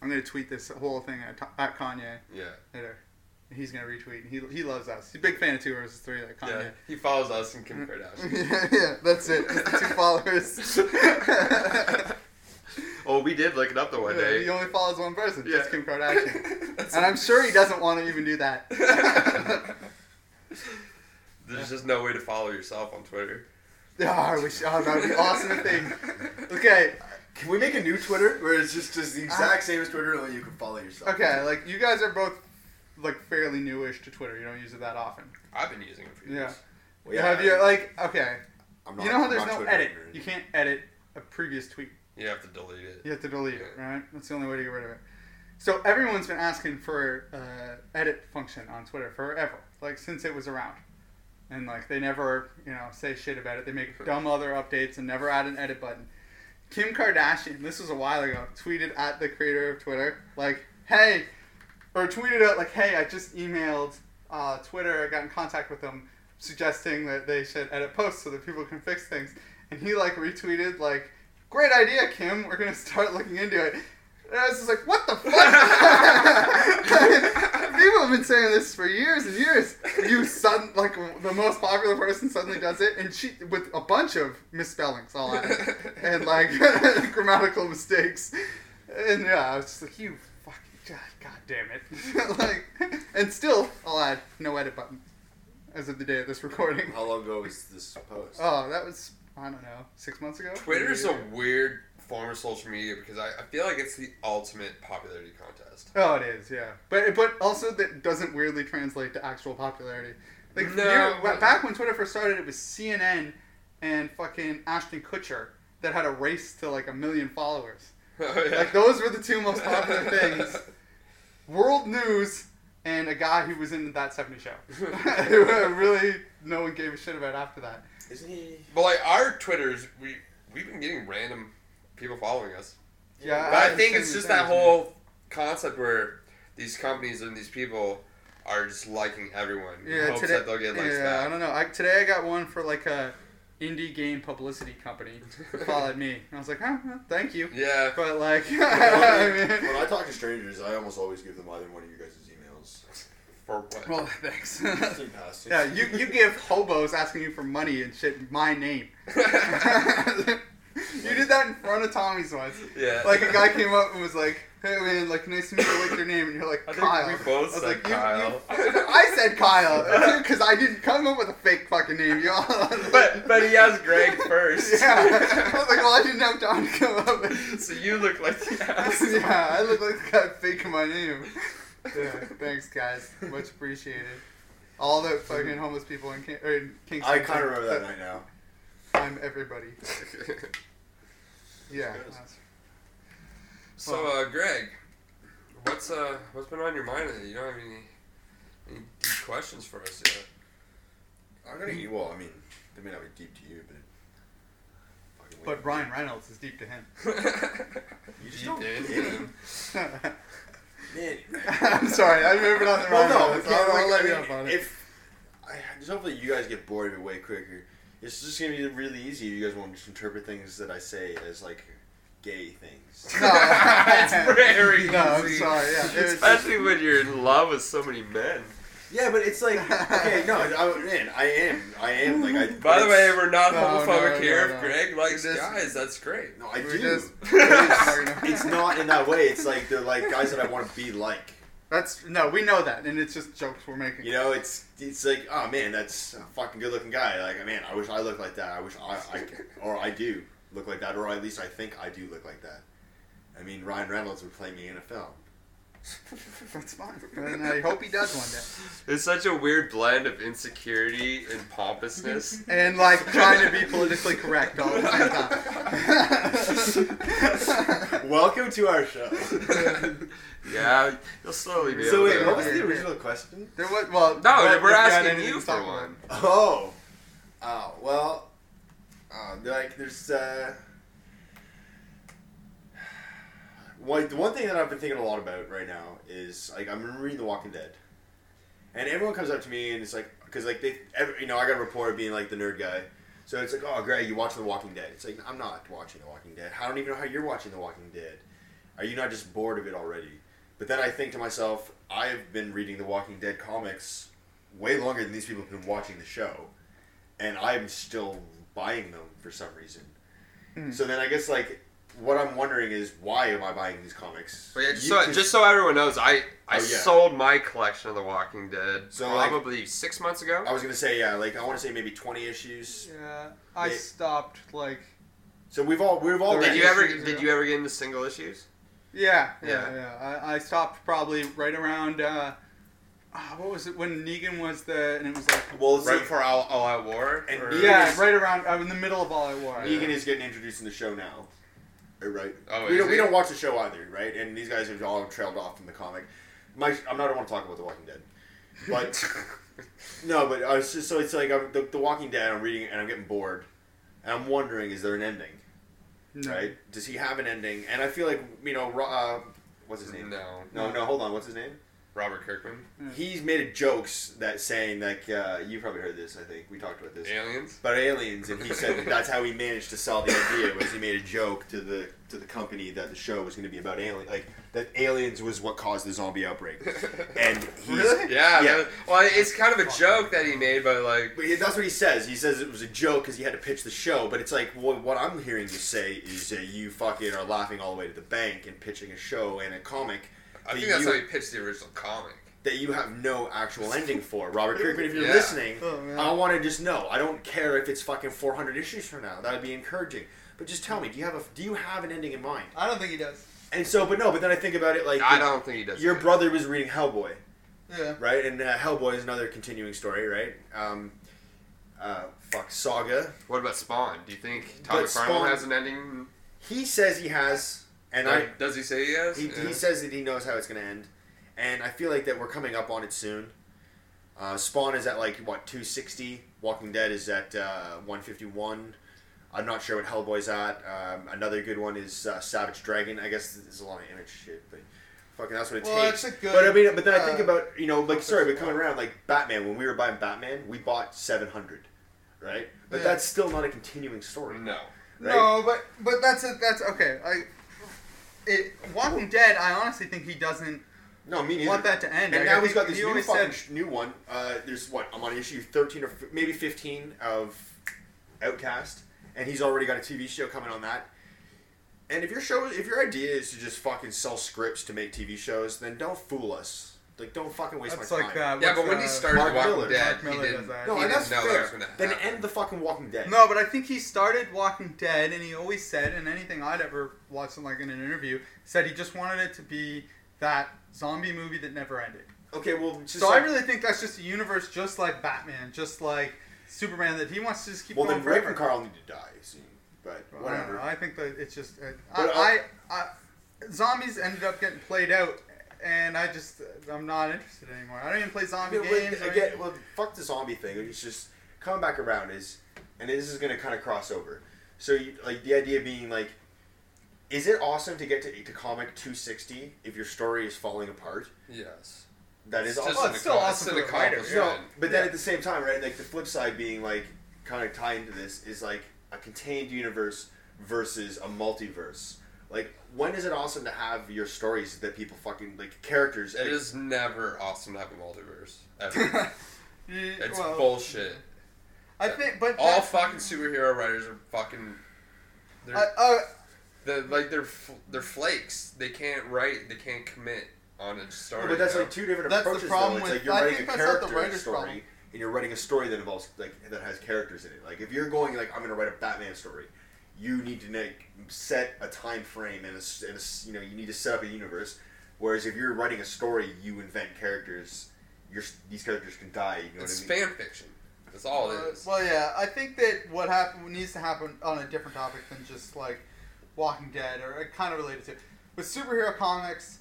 Speaker 1: I'm gonna tweet this whole thing at, at Kanye
Speaker 3: yeah.
Speaker 1: later. He's gonna retweet. He he loves us. He's a big fan of Two versus Three, like
Speaker 3: Yeah.
Speaker 1: Kanye.
Speaker 3: He follows us and Kim Kardashian.
Speaker 1: Yeah, yeah, that's it. Just the two followers.
Speaker 3: Oh, we did look it up the one
Speaker 1: Yeah,
Speaker 3: day.
Speaker 1: he only follows one person, just
Speaker 3: Yeah.
Speaker 1: Kim Kardashian. and I'm sure he doesn't want to even do that.
Speaker 3: There's just no way to follow yourself on Twitter.
Speaker 1: Oh, I wish. Oh, that would be awesome if they. Okay,
Speaker 2: Can we make a new Twitter where it's just just the exact same as Twitter, only you can follow yourself?
Speaker 1: okay. Like you guys are both like fairly newish to Twitter. You don't use it that often.
Speaker 3: I've been using it for years.
Speaker 1: Yeah.
Speaker 2: Well, yeah,
Speaker 1: Have you like okay?
Speaker 2: I'm
Speaker 1: you know how
Speaker 2: I'm
Speaker 1: there's no
Speaker 2: Twitter
Speaker 1: edit.
Speaker 2: ignorant.
Speaker 1: You can't edit a previous tweet.
Speaker 3: You have to delete it.
Speaker 1: You have to delete it, right? That's the only way to get rid of it. So everyone's been asking for uh, edit function on Twitter forever, like since it was around, and like they never, you know, say shit about it. They make dumb other updates and never add an edit button. Kim Kardashian, this was a while ago, tweeted at the creator of Twitter, like, "Hey," or tweeted out like, "Hey, I just emailed uh, Twitter. I got in contact with them, suggesting that they should edit posts so that people can fix things." And he like retweeted like, "Great idea, Kim. We're gonna start looking into it." And I was just like, "What the fuck?" people have been saying this for years and years. You sudden like the most popular person suddenly does it, and she with a bunch of misspellings all out and like grammatical mistakes. And yeah, I was just like, you fucking god, god damn it. like, and still, I'll add no edit button as of the day of this recording.
Speaker 3: Oh.
Speaker 2: How long ago was this post?
Speaker 1: Oh, that was I don't know, six months ago.
Speaker 3: Twitter's a
Speaker 1: Maybe.
Speaker 3: weird form of social media because I, I feel like it's the ultimate popularity contest.
Speaker 1: Oh, it is, yeah. But but also that doesn't weirdly translate to actual popularity. Like
Speaker 3: No.
Speaker 1: year- wa- back when Twitter first started, it was CNN and fucking Ashton Kutcher that had a race to like a million followers.
Speaker 3: Oh, yeah.
Speaker 1: Like those were the two most popular things. World news and a guy who was in that 70 show. really, no one gave a shit about after that.
Speaker 2: Isn't he?
Speaker 3: But like our Twitters, we we've been getting random people following us.
Speaker 1: Yeah,
Speaker 3: But I
Speaker 1: I'm
Speaker 3: think
Speaker 1: saying
Speaker 3: it's
Speaker 1: the
Speaker 3: just
Speaker 1: same
Speaker 3: that
Speaker 1: thing.
Speaker 3: whole concept where these companies and these people are just liking everyone in
Speaker 1: Yeah,
Speaker 3: hopes
Speaker 1: today,
Speaker 3: that they'll get likes
Speaker 1: yeah, I
Speaker 3: back.
Speaker 1: don't know. I, today I got one for like a indie game publicity company that followed me, and I was like, huh, huh, thank you.
Speaker 3: Yeah,
Speaker 1: But like, I mean,
Speaker 2: when I talk to strangers, I almost always give them either one of you guys' emails.
Speaker 3: for what?
Speaker 1: well, thanks.
Speaker 2: Seem nasty.
Speaker 1: yeah, you you give hobos asking you for money and shit my name. you did that in front of Tommy's once.
Speaker 3: yeah,
Speaker 1: like a guy came up and was like, "Hey man, like nice to meet you. What's your name?" And you're like,
Speaker 3: I think
Speaker 1: "Kyle."
Speaker 3: we both
Speaker 1: I was
Speaker 3: said
Speaker 1: like, "You-
Speaker 3: Kyle."
Speaker 1: You, I said Kyle because I didn't come up with a fake fucking name, y'all.
Speaker 3: but but he has Greg first.
Speaker 1: yeah, I was like, "Well, I didn't have time to come up." with
Speaker 3: so you look like the asshole.
Speaker 1: Yeah, I look like the guy faking my name. Yeah, thanks guys, much appreciated. All the fucking homeless people in, King, or in Kingston.
Speaker 2: I kind of remember that night now.
Speaker 1: I'm everybody. Yeah.
Speaker 2: Yes.
Speaker 1: that's-
Speaker 3: So uh, Greg, what's uh what's been on your mind? lately? You don't have any any deep questions for us yet.
Speaker 2: I'm gonna eat. Well, I mean, they may not be deep to you, but. fucking
Speaker 1: But Ryan Reynolds is deep to him.
Speaker 2: you just
Speaker 3: Deep
Speaker 2: don't
Speaker 3: in.
Speaker 2: get it, man.
Speaker 1: I'm sorry, I remembered on the wrong.
Speaker 2: Well, no,
Speaker 1: one,
Speaker 2: okay,
Speaker 1: so I'll, I'll
Speaker 2: like,
Speaker 1: let
Speaker 2: I
Speaker 1: you
Speaker 2: mean,
Speaker 1: up on it.
Speaker 2: If I, just hopefully you guys get bored of it way quicker. It's just gonna be really easy. if You guys want to just interpret things that I say as like gay things.
Speaker 1: no,
Speaker 3: it's very
Speaker 1: no, I'm
Speaker 3: easy.
Speaker 1: sorry. Yeah, it was just-
Speaker 3: Especially when you're in love with so many men.
Speaker 2: yeah, but it's like okay, no, I, man, I am, I am like I.
Speaker 3: By the way,
Speaker 2: it's-
Speaker 3: we're not
Speaker 1: No,
Speaker 3: homophobic
Speaker 1: no,
Speaker 3: here.
Speaker 1: no,
Speaker 3: if
Speaker 1: no.
Speaker 3: Greg likes
Speaker 1: This-
Speaker 3: guys, that's great.
Speaker 2: no, I
Speaker 1: we
Speaker 2: do.
Speaker 1: just-
Speaker 2: It's not in that way. It's like they're like guys that I want to be like.
Speaker 1: That's no, we know that, and it's just jokes we're making.
Speaker 2: You know, it's it's like, oh man, that's a fucking good looking guy. Like, man, I wish I looked like that. I wish I, I or I do look like that, or at least I think I do look like that. I mean, Ryan Reynolds would play me in a film.
Speaker 1: That's fine, and I hope he does one day.
Speaker 3: It's such a weird blend of insecurity and pompousness.
Speaker 1: And like trying to be politically correct all at the same time.
Speaker 2: Welcome to our show.
Speaker 3: yeah, you'll slowly be.
Speaker 2: so
Speaker 3: able
Speaker 2: wait,
Speaker 3: to-
Speaker 2: what was the original question?
Speaker 1: there was well.
Speaker 3: No,
Speaker 1: Brett, if
Speaker 3: we're
Speaker 1: you had
Speaker 3: asking
Speaker 1: anything
Speaker 3: you
Speaker 1: to
Speaker 3: for
Speaker 1: talk about.
Speaker 3: one.
Speaker 2: Oh, Oh well, uh, like there's uh, one the one thing that I've been thinking a lot about right now is like I'm reading The Walking Dead, and everyone comes up to me and it's like because like they every, you know I got a report of being like the nerd guy, so it's like oh Greg you watch The Walking Dead it's like I'm not watching The Walking Dead I don't even know how you're watching The Walking Dead, are you not just bored of it already? But then I think to myself I've been reading The Walking Dead comics way longer than these people have been watching the show and I'm still buying them for some reason. So then I guess like what I'm wondering is why am I buying these comics?
Speaker 3: But yeah, just,
Speaker 2: You
Speaker 3: so,
Speaker 2: can-
Speaker 3: just so everyone knows, I,
Speaker 2: Oh,
Speaker 3: I
Speaker 2: yeah.
Speaker 3: sold my collection of The Walking Dead
Speaker 2: So, like-
Speaker 3: probably six months ago.
Speaker 2: I was gonna say yeah, like I want to say maybe 20 issues.
Speaker 1: Yeah, I
Speaker 2: Yeah.
Speaker 1: stopped like.
Speaker 2: So we've all we've all
Speaker 1: Did
Speaker 3: Did
Speaker 2: been-
Speaker 3: you ever
Speaker 1: issues,
Speaker 3: did
Speaker 1: yeah.
Speaker 3: you ever get into single issues?
Speaker 1: Yeah, yeah,
Speaker 3: Yeah.
Speaker 1: yeah. I, I stopped probably right around. Uh, uh, what was it when Negan was the and it was like.
Speaker 2: well
Speaker 3: Right
Speaker 2: see,
Speaker 3: before All, All Out War?
Speaker 2: And
Speaker 3: Or-
Speaker 2: Negan-
Speaker 1: Yeah, right around. I'm in the middle of all I war.
Speaker 2: Negan is getting introduced in the show now. Uh, Right.
Speaker 3: Oh,
Speaker 2: we
Speaker 3: is
Speaker 2: don't we
Speaker 3: he?
Speaker 2: don't watch the show either, right? And these guys have all trailed off from the comic. My I'm not want to talk about The Walking Dead, but no, but I was just so it's like I'm, the The Walking Dead. I'm reading it and I'm getting bored, and I'm wondering is there an ending?
Speaker 1: No.
Speaker 2: Right? Does he have an ending? And I feel like you know, Ro- uh, what's his name?
Speaker 3: No.
Speaker 2: no, no. Hold on, what's his name?
Speaker 3: Robert Kirkman?
Speaker 2: He's made a jokes that saying like uh, you probably heard this. I think we talked about this.
Speaker 3: Aliens?
Speaker 2: But aliens, and he said that that's how he managed to sell the idea was he made a joke to the to the company that the show was going to be about alien, like that aliens was what caused the zombie outbreak, and he's,
Speaker 1: Really?
Speaker 3: Yeah,
Speaker 2: Yeah.
Speaker 3: man. Well, it's kind of a joke that he made, but like,
Speaker 2: But he- that's what he says. He says it was a joke because he had to pitch the show. But it's like wha- what I'm hearing you say is that you fucking are laughing all the way to the bank and pitching a show and a comic.
Speaker 3: I
Speaker 2: that
Speaker 3: think that's
Speaker 2: you,
Speaker 3: how he pitched the original comic.
Speaker 2: that you have no actual ending for. Robert Kirkman, if you're
Speaker 3: Yeah.
Speaker 2: listening,
Speaker 1: Oh, man.
Speaker 2: I want to just know. I don't care if it's fucking 400 issues from now. That would be encouraging. But just tell me, do you have a do you have an ending in mind?
Speaker 1: I don't think he does.
Speaker 2: And so, but no, but then I think about it like
Speaker 3: I don't think he does.
Speaker 2: Your
Speaker 3: that.
Speaker 2: brother was reading Hellboy,
Speaker 1: Yeah.
Speaker 2: right? And uh, Hellboy is another continuing story, right? Um, uh, fuck Saga.
Speaker 3: What about Spawn? Do you think Todd McFarlane
Speaker 2: Spawn-
Speaker 3: has an ending?
Speaker 2: He says he has, and I
Speaker 3: Like, does he say he has?
Speaker 2: he,
Speaker 3: Yeah.
Speaker 2: he says that he knows how it's going to end, and I feel like that we're coming up on it soon. Uh, Spawn is at like what 260. Walking Dead is at uh, 151. I'm not sure what Hellboy's at. Um, another good one is uh, Savage Dragon. I guess there's a lot of image shit, but fucking that's what it
Speaker 1: Well,
Speaker 2: takes.
Speaker 1: that's a good,
Speaker 2: but I mean, but then I
Speaker 1: uh,
Speaker 2: think about you know like sorry, but
Speaker 1: Christmas
Speaker 2: coming around like Batman. When we were buying Batman, we bought 700, right? But
Speaker 1: Yeah.
Speaker 2: that's still not a continuing story.
Speaker 3: no.
Speaker 2: Right?
Speaker 1: No, but but that's a, that's okay. I it Walking Dead. I honestly think he doesn't
Speaker 2: No, me neither.
Speaker 1: want that to end.
Speaker 2: And
Speaker 1: Like, I
Speaker 2: now
Speaker 1: think
Speaker 2: he's got this
Speaker 1: he
Speaker 2: new
Speaker 1: always
Speaker 2: fucking
Speaker 1: said-
Speaker 2: sh- new one. Uh, there's what I'm on issue 13 or f- maybe 15 of Outcast, and he's already got a TV show coming on that. And if your show, if your idea is to just fucking sell scripts to make TV shows, then don't fool us. Like, don't fucking waste
Speaker 1: That's
Speaker 2: my
Speaker 1: like
Speaker 2: time.
Speaker 1: uh,
Speaker 3: Yeah,
Speaker 1: what's,
Speaker 3: but when he
Speaker 1: uh,
Speaker 3: started
Speaker 2: Mark
Speaker 3: Walking
Speaker 2: Miller.
Speaker 1: Mark
Speaker 3: Dead, he
Speaker 1: Miller
Speaker 3: didn't,
Speaker 1: does that.
Speaker 3: he
Speaker 2: no, and
Speaker 3: didn't
Speaker 2: that's
Speaker 3: know that was
Speaker 2: fair.
Speaker 3: going to happen.
Speaker 2: Then end the fucking Walking Dead.
Speaker 1: No, but I think he started Walking Dead, and he always said, and anything I'd ever watched, like in an interview, said he just wanted it to be that zombie movie that never ended.
Speaker 2: Okay, well, just
Speaker 1: So I
Speaker 2: like-
Speaker 1: really think that's just a universe, just like Batman, just like Superman, that he wants to just keep
Speaker 2: well
Speaker 1: going
Speaker 2: then Rick and
Speaker 1: forever.
Speaker 2: Carl need to die soon, but
Speaker 1: Well, I don't
Speaker 2: whatever.
Speaker 1: know. I think that it's just uh,
Speaker 2: But
Speaker 1: I, I, I, zombies ended up getting played out, and I just I'm not interested anymore. I don't even play zombie
Speaker 2: Yeah, well,
Speaker 1: games. or
Speaker 2: again,
Speaker 1: anything.
Speaker 2: well, fuck the zombie thing. It's just coming back around is, and this is gonna kind of cross over. So, you, like the idea being like, is it awesome to get to, to comic two sixty if your story is falling apart?
Speaker 3: Yes.
Speaker 2: That is
Speaker 3: It's just
Speaker 2: awesome.
Speaker 1: Well,
Speaker 3: an,
Speaker 1: it's still
Speaker 3: accom-
Speaker 1: awesome
Speaker 3: it's an
Speaker 1: for the writer.
Speaker 3: accomplishment.
Speaker 2: No, but then at the same time, right? Like the flip side being like kind of tied into this is like a contained universe versus a multiverse. Like, when is it awesome to have your stories that people fucking like characters? eh,
Speaker 3: It is never awesome to have a multiverse. Ever.
Speaker 1: Mm,
Speaker 3: It's
Speaker 1: well,
Speaker 3: bullshit.
Speaker 1: I think, but
Speaker 3: All
Speaker 1: that-
Speaker 3: fucking superhero writers are fucking. They're,
Speaker 1: I- uh,
Speaker 3: they're like they're f- they're flakes. They can't write. They can't commit on a story.
Speaker 2: But that's
Speaker 3: you know?
Speaker 2: like two different
Speaker 1: That's the
Speaker 2: approaches.
Speaker 1: problem
Speaker 2: though. It's
Speaker 1: with-
Speaker 2: like you're
Speaker 1: I
Speaker 2: writing a
Speaker 1: think that's not the
Speaker 2: character in a
Speaker 1: writer's
Speaker 2: story,
Speaker 1: problem.
Speaker 2: and you're writing a story that involves like that has characters in it. Like if you're going like I'm going to write a Batman story, you need to like, set a time frame and a, s- and a s- you know you need to set up a universe. Whereas if you're writing a story, you invent characters. Your s- these characters can die. You know
Speaker 3: it's
Speaker 2: what I mean?
Speaker 3: fan fiction. That's all
Speaker 1: Uh,
Speaker 3: it is.
Speaker 1: well, yeah, I think that what happen what needs to happen on a different topic than just like Walking Dead or uh, kind of related to with superhero comics.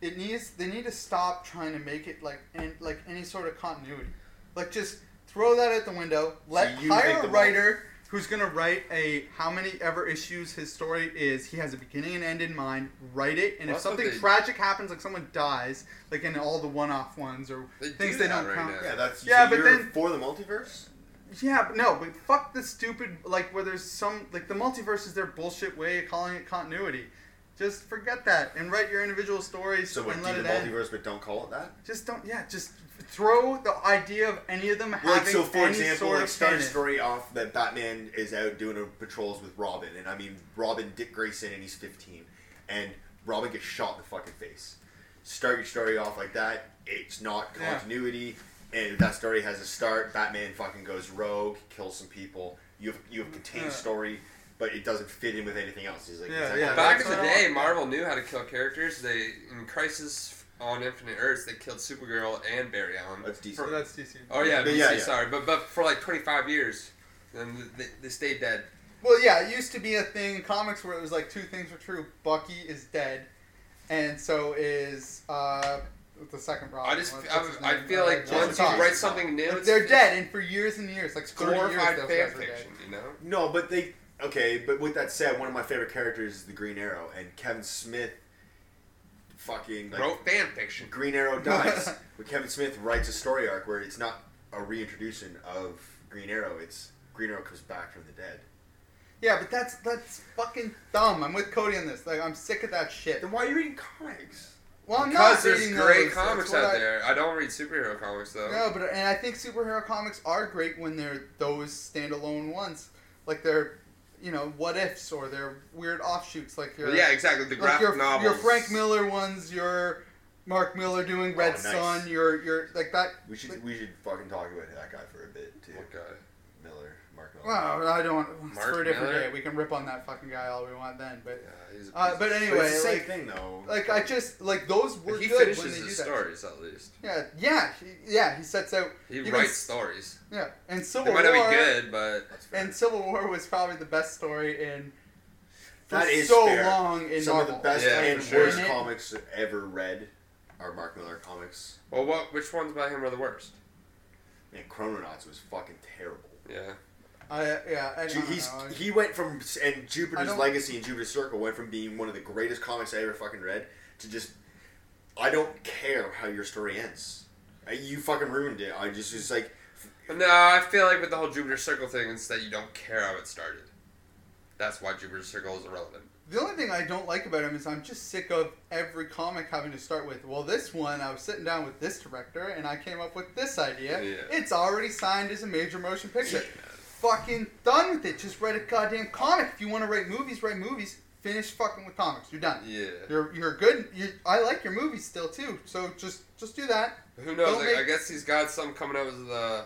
Speaker 1: It needs they need to stop trying to make it like and like any sort of continuity, like just Throw that at the window. Let
Speaker 2: So you make
Speaker 1: hire
Speaker 2: the
Speaker 1: a
Speaker 2: most-
Speaker 1: writer who's gonna write a how many ever issues his story is. He has a beginning and end in mind. Write it, and if
Speaker 3: Well, that's what
Speaker 1: something
Speaker 3: they-
Speaker 1: tragic happens, like someone dies, like in all the one-off ones or
Speaker 3: They do
Speaker 1: things they
Speaker 3: that
Speaker 1: don't
Speaker 3: right
Speaker 1: count.
Speaker 3: now.
Speaker 2: Yeah, that's
Speaker 1: Yeah, but
Speaker 2: yeah, but you're
Speaker 1: then-
Speaker 2: for the multiverse.
Speaker 1: Yeah, but no, but fuck the stupid like where there's some like the multiverse is their bullshit way of calling it continuity. Just forget that and write your individual stories
Speaker 2: So what,
Speaker 1: and
Speaker 2: do
Speaker 1: let
Speaker 2: the
Speaker 1: it end.
Speaker 2: multiverse, but don't call it that.
Speaker 1: Just don't. Yeah, just throw the idea of any of them having
Speaker 2: Like so, for
Speaker 1: any
Speaker 2: example,
Speaker 1: sort
Speaker 2: like
Speaker 1: of
Speaker 2: start a
Speaker 1: canon.
Speaker 2: story off that Batman is out doing a patrols with Robin, and I mean Robin Dick Grayson, and he's 15, and Robin gets shot in the fucking face. Start your story off like that. It's not
Speaker 1: Yeah.
Speaker 2: continuity, and that story has a start. Batman fucking goes rogue, kills some people. You have you have contained
Speaker 1: Yeah.
Speaker 2: story, but it doesn't fit in with anything else. He's like,
Speaker 1: Yeah,
Speaker 2: it's like-
Speaker 1: yeah.
Speaker 3: Back
Speaker 1: That's
Speaker 3: in the
Speaker 1: what I
Speaker 3: day,
Speaker 1: want.
Speaker 3: Marvel knew how to kill characters. They in Crisis on Infinite Earths, they killed Supergirl and Barry Allen.
Speaker 2: That's DC.
Speaker 3: For-
Speaker 1: So that's DC.
Speaker 3: oh yeah,
Speaker 2: But
Speaker 3: DC,
Speaker 2: yeah, yeah.
Speaker 3: sorry, but but for like 25 years, then they, they stayed dead.
Speaker 1: Well, yeah, it used to be a thing in comics where it was like two things were true: Bucky is dead, and so is uh, the second Robin.
Speaker 3: I just
Speaker 1: What's- what's his
Speaker 3: I, I
Speaker 1: name?
Speaker 3: feel
Speaker 1: Uh,
Speaker 3: like
Speaker 1: Jason
Speaker 3: once you
Speaker 1: Todd.
Speaker 3: write something new,
Speaker 1: Like,
Speaker 3: it's,
Speaker 1: they're
Speaker 3: it's
Speaker 1: dead, and for years and years, like 30
Speaker 3: Glorified
Speaker 1: years, those
Speaker 3: fan
Speaker 1: guys were dead.
Speaker 3: fiction, you know.
Speaker 2: No, but they okay. But with that said, one of my favorite characters is the Green Arrow, and Kevin Smith, fucking like,
Speaker 3: Wrote fan fiction.
Speaker 2: Green Arrow dies. but Kevin Smith writes a story arc where it's not a reintroduction of Green Arrow. It's Green Arrow comes back from the dead.
Speaker 1: Yeah, but that's that's fucking dumb. I'm with Cody on this. Like, I'm sick of that shit.
Speaker 2: Then why are you reading comics?
Speaker 1: Well, I'm
Speaker 3: Because
Speaker 1: not
Speaker 3: there's
Speaker 1: reading
Speaker 3: great
Speaker 1: those. That's
Speaker 3: comics
Speaker 1: what
Speaker 3: out
Speaker 1: I-
Speaker 3: there. I don't read superhero comics though.
Speaker 1: No, but and I think superhero comics are great when they're those standalone ones, like they're, you know, what ifs or they're weird offshoots, like your
Speaker 3: Well, yeah, exactly. The
Speaker 1: like
Speaker 3: graphic
Speaker 1: your,
Speaker 3: novels.
Speaker 1: your Frank Miller ones, your Mark Miller doing Red
Speaker 2: Oh, nice.
Speaker 1: Sun, your your like that.
Speaker 2: We should
Speaker 1: Like-
Speaker 2: we should fucking talk about that guy for a bit too.
Speaker 3: What guy?
Speaker 2: Miller, Mark Miller.
Speaker 1: Well, I don't. It's
Speaker 3: Mark
Speaker 1: for a different
Speaker 3: Miller?
Speaker 1: day. We can rip on that fucking guy all we want then, but
Speaker 3: Yeah, he's a
Speaker 1: uh,
Speaker 3: piece
Speaker 1: but
Speaker 2: But
Speaker 3: of-
Speaker 1: anyway,
Speaker 2: it's the same
Speaker 1: like
Speaker 2: thing though.
Speaker 1: like I just like those
Speaker 3: But
Speaker 1: were
Speaker 3: he
Speaker 1: good when
Speaker 3: finishes
Speaker 1: they do
Speaker 3: his
Speaker 1: that.
Speaker 3: stories at least.
Speaker 1: Yeah, yeah, he, yeah. He sets out.
Speaker 3: He
Speaker 1: You can
Speaker 3: writes
Speaker 1: s-
Speaker 3: stories.
Speaker 1: Yeah, and
Speaker 3: They
Speaker 1: Civil
Speaker 3: might not
Speaker 1: War.
Speaker 3: be good, but
Speaker 2: That's fair.
Speaker 1: And Civil War was probably the best story in for
Speaker 2: That is
Speaker 1: so
Speaker 2: fair.
Speaker 1: long in
Speaker 2: Some
Speaker 1: Marvel.
Speaker 2: of the best
Speaker 3: Yeah,
Speaker 2: and
Speaker 3: for sure.
Speaker 2: worst
Speaker 1: Isn't it?
Speaker 2: comics ever read are Mark Miller comics.
Speaker 3: well, what? Which ones by him are the worst?
Speaker 2: Man, Chrononauts was fucking terrible.
Speaker 3: Yeah,
Speaker 1: I, yeah, I
Speaker 2: Ju-
Speaker 1: don't
Speaker 2: he's,
Speaker 1: know.
Speaker 2: he went from and
Speaker 1: I
Speaker 2: Jupiter's
Speaker 1: don't-
Speaker 2: Legacy and Jupiter's Circle went from being one of the greatest comics I ever fucking read to just I don't care how your story ends. Uh, You fucking ruined it. I just was like,
Speaker 3: no, I feel like with the whole Jupiter Circle thing, it's that you don't care how it started. That's why Jupiter Circle is irrelevant.
Speaker 1: the only thing I don't like about him is I'm just sick of every comic having to start with. Well, this one I was sitting down with this director and I came up with this idea.
Speaker 3: Yeah.
Speaker 1: It's already signed as a major motion picture. Fucking done with it. Just write a goddamn comic. If you want to write movies, write movies. Finish fucking with comics. You're done.
Speaker 3: Yeah.
Speaker 1: You're you're good. You, I like your movies still too. So just just do that.
Speaker 3: Who knows?
Speaker 1: Don't
Speaker 3: like, I
Speaker 1: make-
Speaker 3: guess he's got some coming out with the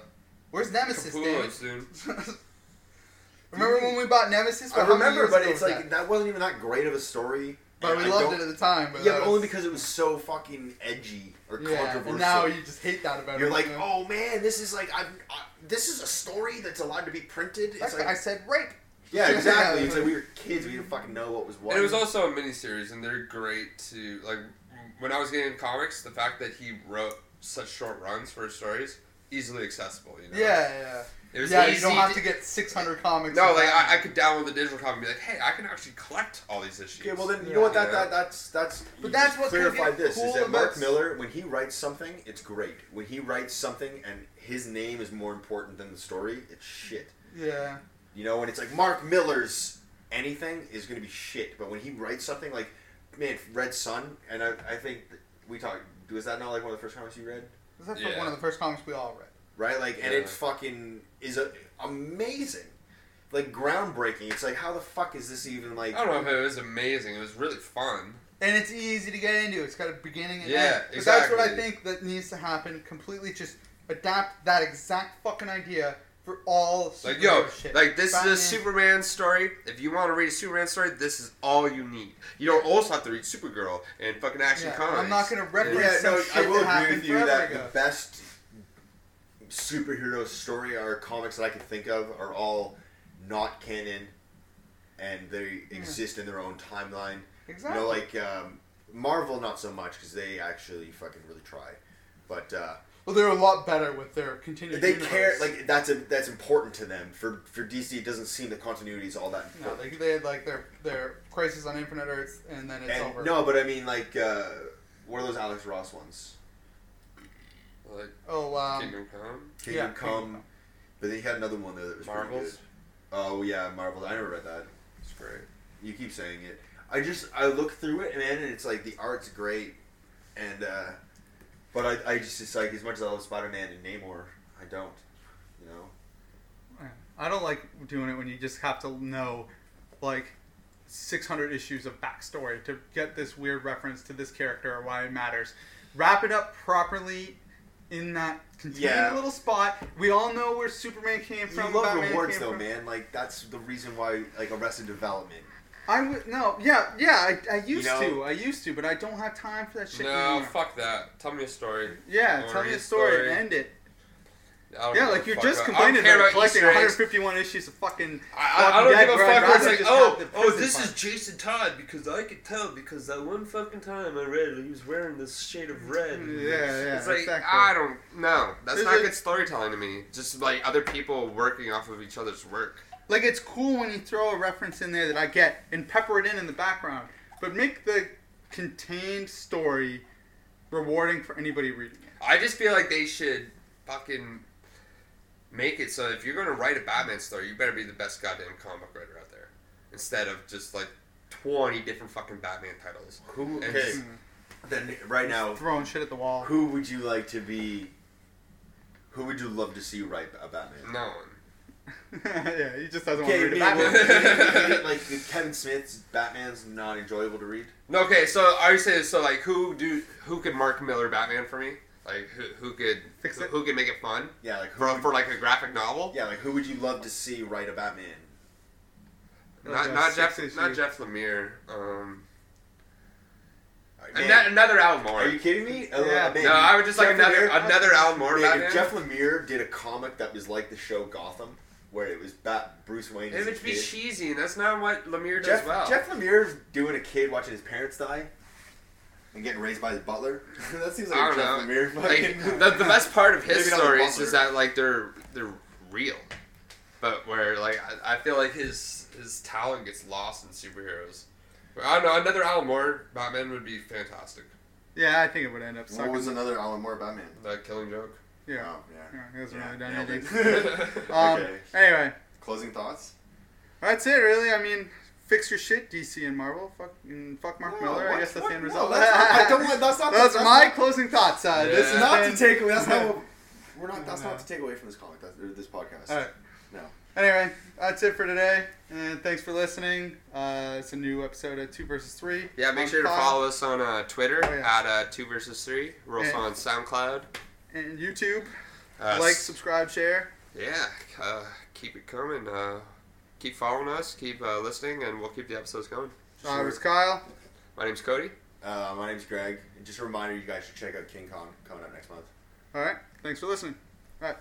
Speaker 1: Where's Nemesis? damn
Speaker 3: Capullo
Speaker 1: it?
Speaker 3: soon.
Speaker 1: remember when we bought Nemesis?
Speaker 2: I
Speaker 1: But how many
Speaker 2: remember,
Speaker 1: years
Speaker 2: but
Speaker 1: ago
Speaker 2: it's
Speaker 1: was
Speaker 2: like that?
Speaker 1: that?
Speaker 2: wasn't even that great of a story.
Speaker 1: but
Speaker 2: and
Speaker 1: we
Speaker 2: I
Speaker 1: loved
Speaker 2: don't-
Speaker 1: it at the time. But
Speaker 2: yeah,
Speaker 1: that
Speaker 2: but
Speaker 1: was,
Speaker 2: only because it was so fucking edgy or
Speaker 1: yeah.
Speaker 2: controversial.
Speaker 1: And now you just hate that about
Speaker 2: You're
Speaker 1: it.
Speaker 2: like,
Speaker 1: you know?
Speaker 2: oh man, this is like I've, I, this is a story that's allowed to be printed.
Speaker 1: Like
Speaker 2: It's like,
Speaker 1: I said rape.
Speaker 2: yeah, exactly.
Speaker 1: Yeah.
Speaker 2: It's like we were kids, we didn't fucking know what was what.
Speaker 3: And it was also a miniseries, and they're great to like. When I was getting into comics, the fact that he wrote such short runs for his stories easily accessible. You know,
Speaker 1: Yeah, yeah.
Speaker 3: it was
Speaker 1: yeah,
Speaker 3: easy.
Speaker 1: you don't have to get 600 comics.
Speaker 3: no,
Speaker 1: of
Speaker 3: like
Speaker 1: that.
Speaker 3: I, I could download the digital copy and be like, hey, I can actually collect all these issues.
Speaker 2: Okay, well then you know what that, that that's that's
Speaker 1: But
Speaker 2: you
Speaker 1: that's
Speaker 2: just
Speaker 1: what's gonna
Speaker 2: clarified
Speaker 1: get
Speaker 2: this
Speaker 1: cool
Speaker 2: is that Mark
Speaker 1: about-
Speaker 2: Miller when he writes something it's great when he writes something and his name is more important than the story it's shit
Speaker 1: Yeah.
Speaker 2: you know when it's like Mark Miller's anything is gonna be shit but when he writes something like man Red Sun and I, I think th- we talked was that not like one of the first comics you read
Speaker 1: Is that
Speaker 3: Yeah.
Speaker 1: one of the first comics we all read?
Speaker 2: right like and
Speaker 3: Yeah.
Speaker 2: it fucking is a, amazing like groundbreaking it's like how the fuck is this even like
Speaker 3: I don't know if it was amazing. It was really fun.
Speaker 1: And it's easy to get into. It's got a beginning and
Speaker 3: Yeah,
Speaker 1: end. But that's what I
Speaker 3: exactly.
Speaker 1: think that needs to happen. Completely just adapt that exact fucking idea for all
Speaker 3: Like
Speaker 1: superhero
Speaker 3: yo,
Speaker 1: shit.
Speaker 3: like this
Speaker 1: Batman.
Speaker 3: is a Superman story. If you want to read a Superman story, this is all you need. You don't also have to read Supergirl and fucking Action
Speaker 1: Yeah,
Speaker 3: Comics.
Speaker 1: I'm not gonna reference
Speaker 3: Yeah.
Speaker 2: Yeah,
Speaker 1: some
Speaker 2: no,
Speaker 1: shit
Speaker 2: I
Speaker 1: that
Speaker 2: will agree
Speaker 1: happened
Speaker 2: with you
Speaker 1: forever
Speaker 2: that
Speaker 1: ago.
Speaker 2: the best superhero story or comics that I can think of are all not canon, and they exist in their own timeline.
Speaker 1: Hmm. Exactly.
Speaker 2: You know, like um, Marvel, not so much because they actually fucking really try. But uh,
Speaker 1: Well, they're a lot better with their continued.
Speaker 2: They
Speaker 1: universe.
Speaker 2: care like that's a, that's important to them. For for DC, it doesn't seem the continuity is all that
Speaker 1: no,
Speaker 2: important.
Speaker 1: they, they had like their their Crisis on Infinite Earths, and then it's
Speaker 2: and,
Speaker 1: over.
Speaker 2: No, but I mean like uh, what are those Alex Ross ones?
Speaker 3: Like
Speaker 1: Oh, um,
Speaker 3: Kingdom Come.
Speaker 2: Kingdom
Speaker 1: Yeah,
Speaker 2: Come.
Speaker 1: Kingdom Come.
Speaker 2: But they had another one there that was pretty
Speaker 3: Marvels?
Speaker 2: good. Oh yeah, Marvel. I never read that.
Speaker 3: It's great.
Speaker 2: You keep saying it. I just I look through it, man, and it's like the art's great, and uh, but I, I just it's like as much as I love Spider Man and Namor, I don't, you know.
Speaker 1: I don't like doing it when you just have to know, like, 600 issues of backstory to get this weird reference to this character or why it matters. Wrap it up properly in that contained
Speaker 2: Yeah.
Speaker 1: little spot. We all know where Superman came
Speaker 2: You
Speaker 1: from.
Speaker 2: love
Speaker 1: Batman
Speaker 2: rewards
Speaker 1: came
Speaker 2: though,
Speaker 1: from.
Speaker 2: man. Like that's the reason why like Arrested Development.
Speaker 1: I would no, yeah, yeah. I, I used
Speaker 2: know?
Speaker 1: to, I used to, but I don't have time for that shit.
Speaker 3: No,
Speaker 1: anymore.
Speaker 3: fuck that. Tell me a story. I
Speaker 1: Yeah,
Speaker 3: wanna
Speaker 1: tell
Speaker 3: read
Speaker 1: me
Speaker 3: a
Speaker 1: a story
Speaker 3: story.
Speaker 1: and end it.
Speaker 3: I don't
Speaker 1: Yeah,
Speaker 3: give
Speaker 1: like
Speaker 3: a
Speaker 1: you're
Speaker 3: fuck
Speaker 1: just
Speaker 3: about-
Speaker 1: complaining
Speaker 3: I don't care
Speaker 1: about
Speaker 3: about
Speaker 1: collecting
Speaker 3: Easter eggs.
Speaker 1: 151 issues of fucking.
Speaker 3: I, I, I
Speaker 1: Walking
Speaker 3: don't
Speaker 1: Dead,
Speaker 3: give a
Speaker 1: where I'd
Speaker 3: fuck. where It's
Speaker 1: rather
Speaker 3: like,
Speaker 1: just
Speaker 3: oh,
Speaker 1: have the
Speaker 3: oh,
Speaker 1: prison
Speaker 3: this
Speaker 1: part.
Speaker 3: is Jason Todd because I could tell because that one fucking time I read he was wearing this shade of red.
Speaker 1: Yeah, yeah,
Speaker 3: it's like
Speaker 1: exactly.
Speaker 3: I don't know. That's
Speaker 1: There's
Speaker 3: not
Speaker 1: like-
Speaker 3: good storytelling to me. Just like other people working off of each other's work.
Speaker 1: Like it's cool when you throw a reference in there that I get and pepper it in in the background, but make the contained story rewarding for anybody reading it.
Speaker 3: I just feel like they should fucking make it so if you're gonna write a Batman story, you better be the best goddamn comic writer out there. Instead of just like twenty different fucking Batman titles.
Speaker 2: Who
Speaker 3: And
Speaker 2: okay?
Speaker 3: just-
Speaker 2: Then right now,
Speaker 1: Throwing shit at the wall.
Speaker 2: who would you like to be? Who would you love to see write a Batman?
Speaker 3: No one.
Speaker 1: yeah, he just doesn't want to
Speaker 2: Okay,
Speaker 1: read
Speaker 2: maybe,
Speaker 1: about
Speaker 2: well,
Speaker 1: it.
Speaker 2: maybe- maybe, like Kevin Smith's Batman's not enjoyable to read.
Speaker 3: No, okay, so I would say so like who do who could Mark Miller Batman for me? Like who who could
Speaker 1: Fix
Speaker 3: who,
Speaker 1: it.
Speaker 3: could make it fun
Speaker 2: Yeah, like who
Speaker 3: for,
Speaker 2: would-
Speaker 3: for like a graphic novel?
Speaker 2: Yeah, like who would you love to see write a Batman?
Speaker 3: Not,
Speaker 1: Yeah,
Speaker 3: not
Speaker 1: six
Speaker 3: Jeff
Speaker 1: issue.
Speaker 3: not Jeff Lemire. Um,
Speaker 2: Alright,
Speaker 3: ano-
Speaker 2: man,
Speaker 3: another Al Moore.
Speaker 2: are you kidding me? Uh,
Speaker 1: Yeah.
Speaker 2: man,
Speaker 3: no, I would just like
Speaker 2: Jeff
Speaker 3: another
Speaker 2: Lemire-
Speaker 3: another Al Moore
Speaker 2: Man,
Speaker 3: Batman.
Speaker 2: if Jeff Lemire did a comic that was like the show Gotham, where it was Bat Bruce Wayne.
Speaker 3: it
Speaker 2: as a
Speaker 3: would be
Speaker 2: kid.
Speaker 3: cheesy, and that's not what Lemire does
Speaker 2: Jeff,
Speaker 3: well.
Speaker 2: Jeff Lemire's doing a kid watching his parents die and getting raised by his butler. that seems like
Speaker 3: I
Speaker 2: a
Speaker 3: don't
Speaker 2: Jeff
Speaker 3: know.
Speaker 2: Lemire
Speaker 3: Like,
Speaker 2: fucking.
Speaker 3: the, the best part of his
Speaker 2: Maybe not the
Speaker 3: stories
Speaker 2: Butler.
Speaker 3: is that like they're they're real, but where like I, I feel like his his talent gets lost in superheroes. But I don't know. Another Alan Moore Batman would be fantastic.
Speaker 1: Yeah, I think it would end up sucking.
Speaker 2: another Alan Moore Batman? Oh,
Speaker 3: The Killing Joke.
Speaker 1: yeah. yeah, he hasn't really done anything.
Speaker 3: yeah,
Speaker 1: Um,
Speaker 2: Okay.
Speaker 1: Anyway,
Speaker 2: Closing thoughts.
Speaker 1: that's it. Really, I mean, fix your shit, DC and Marvel. Fuck, and fuck Mark
Speaker 2: No,
Speaker 1: Miller. I
Speaker 2: what-
Speaker 1: guess that's
Speaker 2: what-
Speaker 1: the end
Speaker 2: no,
Speaker 1: result.
Speaker 2: that's not- I don't want- that's not-
Speaker 1: Those
Speaker 2: that's
Speaker 1: are my
Speaker 2: not-
Speaker 1: closing thoughts. Uh, This
Speaker 3: Yeah.
Speaker 1: is
Speaker 3: Not
Speaker 2: take away. That's
Speaker 1: not
Speaker 2: what- We're not. That's not to take away from this comic. That's, or this podcast.
Speaker 1: All right.
Speaker 2: No.
Speaker 1: Anyway, that's it for today, and thanks for listening. Uh, it's a new episode of Two versus Three.
Speaker 3: make
Speaker 1: On
Speaker 3: sure to
Speaker 1: Pod
Speaker 3: follow us on uh, Twitter
Speaker 1: Oh, yeah.
Speaker 3: at uh, two versus three. We're also
Speaker 1: Yeah.
Speaker 3: on SoundCloud.
Speaker 1: and YouTube.
Speaker 3: Uh,
Speaker 1: like,
Speaker 3: s-
Speaker 1: subscribe, share.
Speaker 3: yeah, uh, keep it coming. Uh, keep following us. Keep uh, listening, and we'll keep the episodes going.
Speaker 1: I
Speaker 2: Sure.
Speaker 1: was Kyle.
Speaker 3: My name's Cody.
Speaker 2: Uh, my name's Greg. And just a reminder, you guys should check out King Kong coming out next month.
Speaker 1: All right, thanks for listening. All right.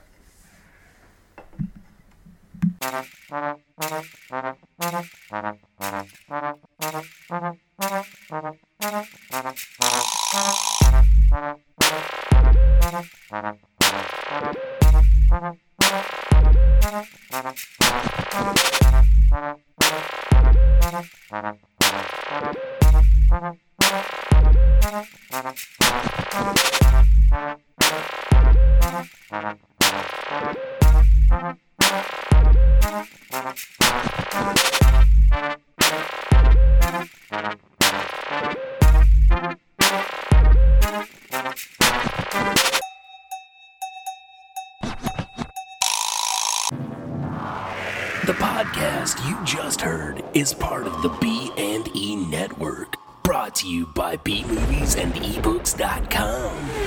Speaker 4: The podcast you just heard is part of the E E B&E network, brought to you by bmovies and ebooks.com.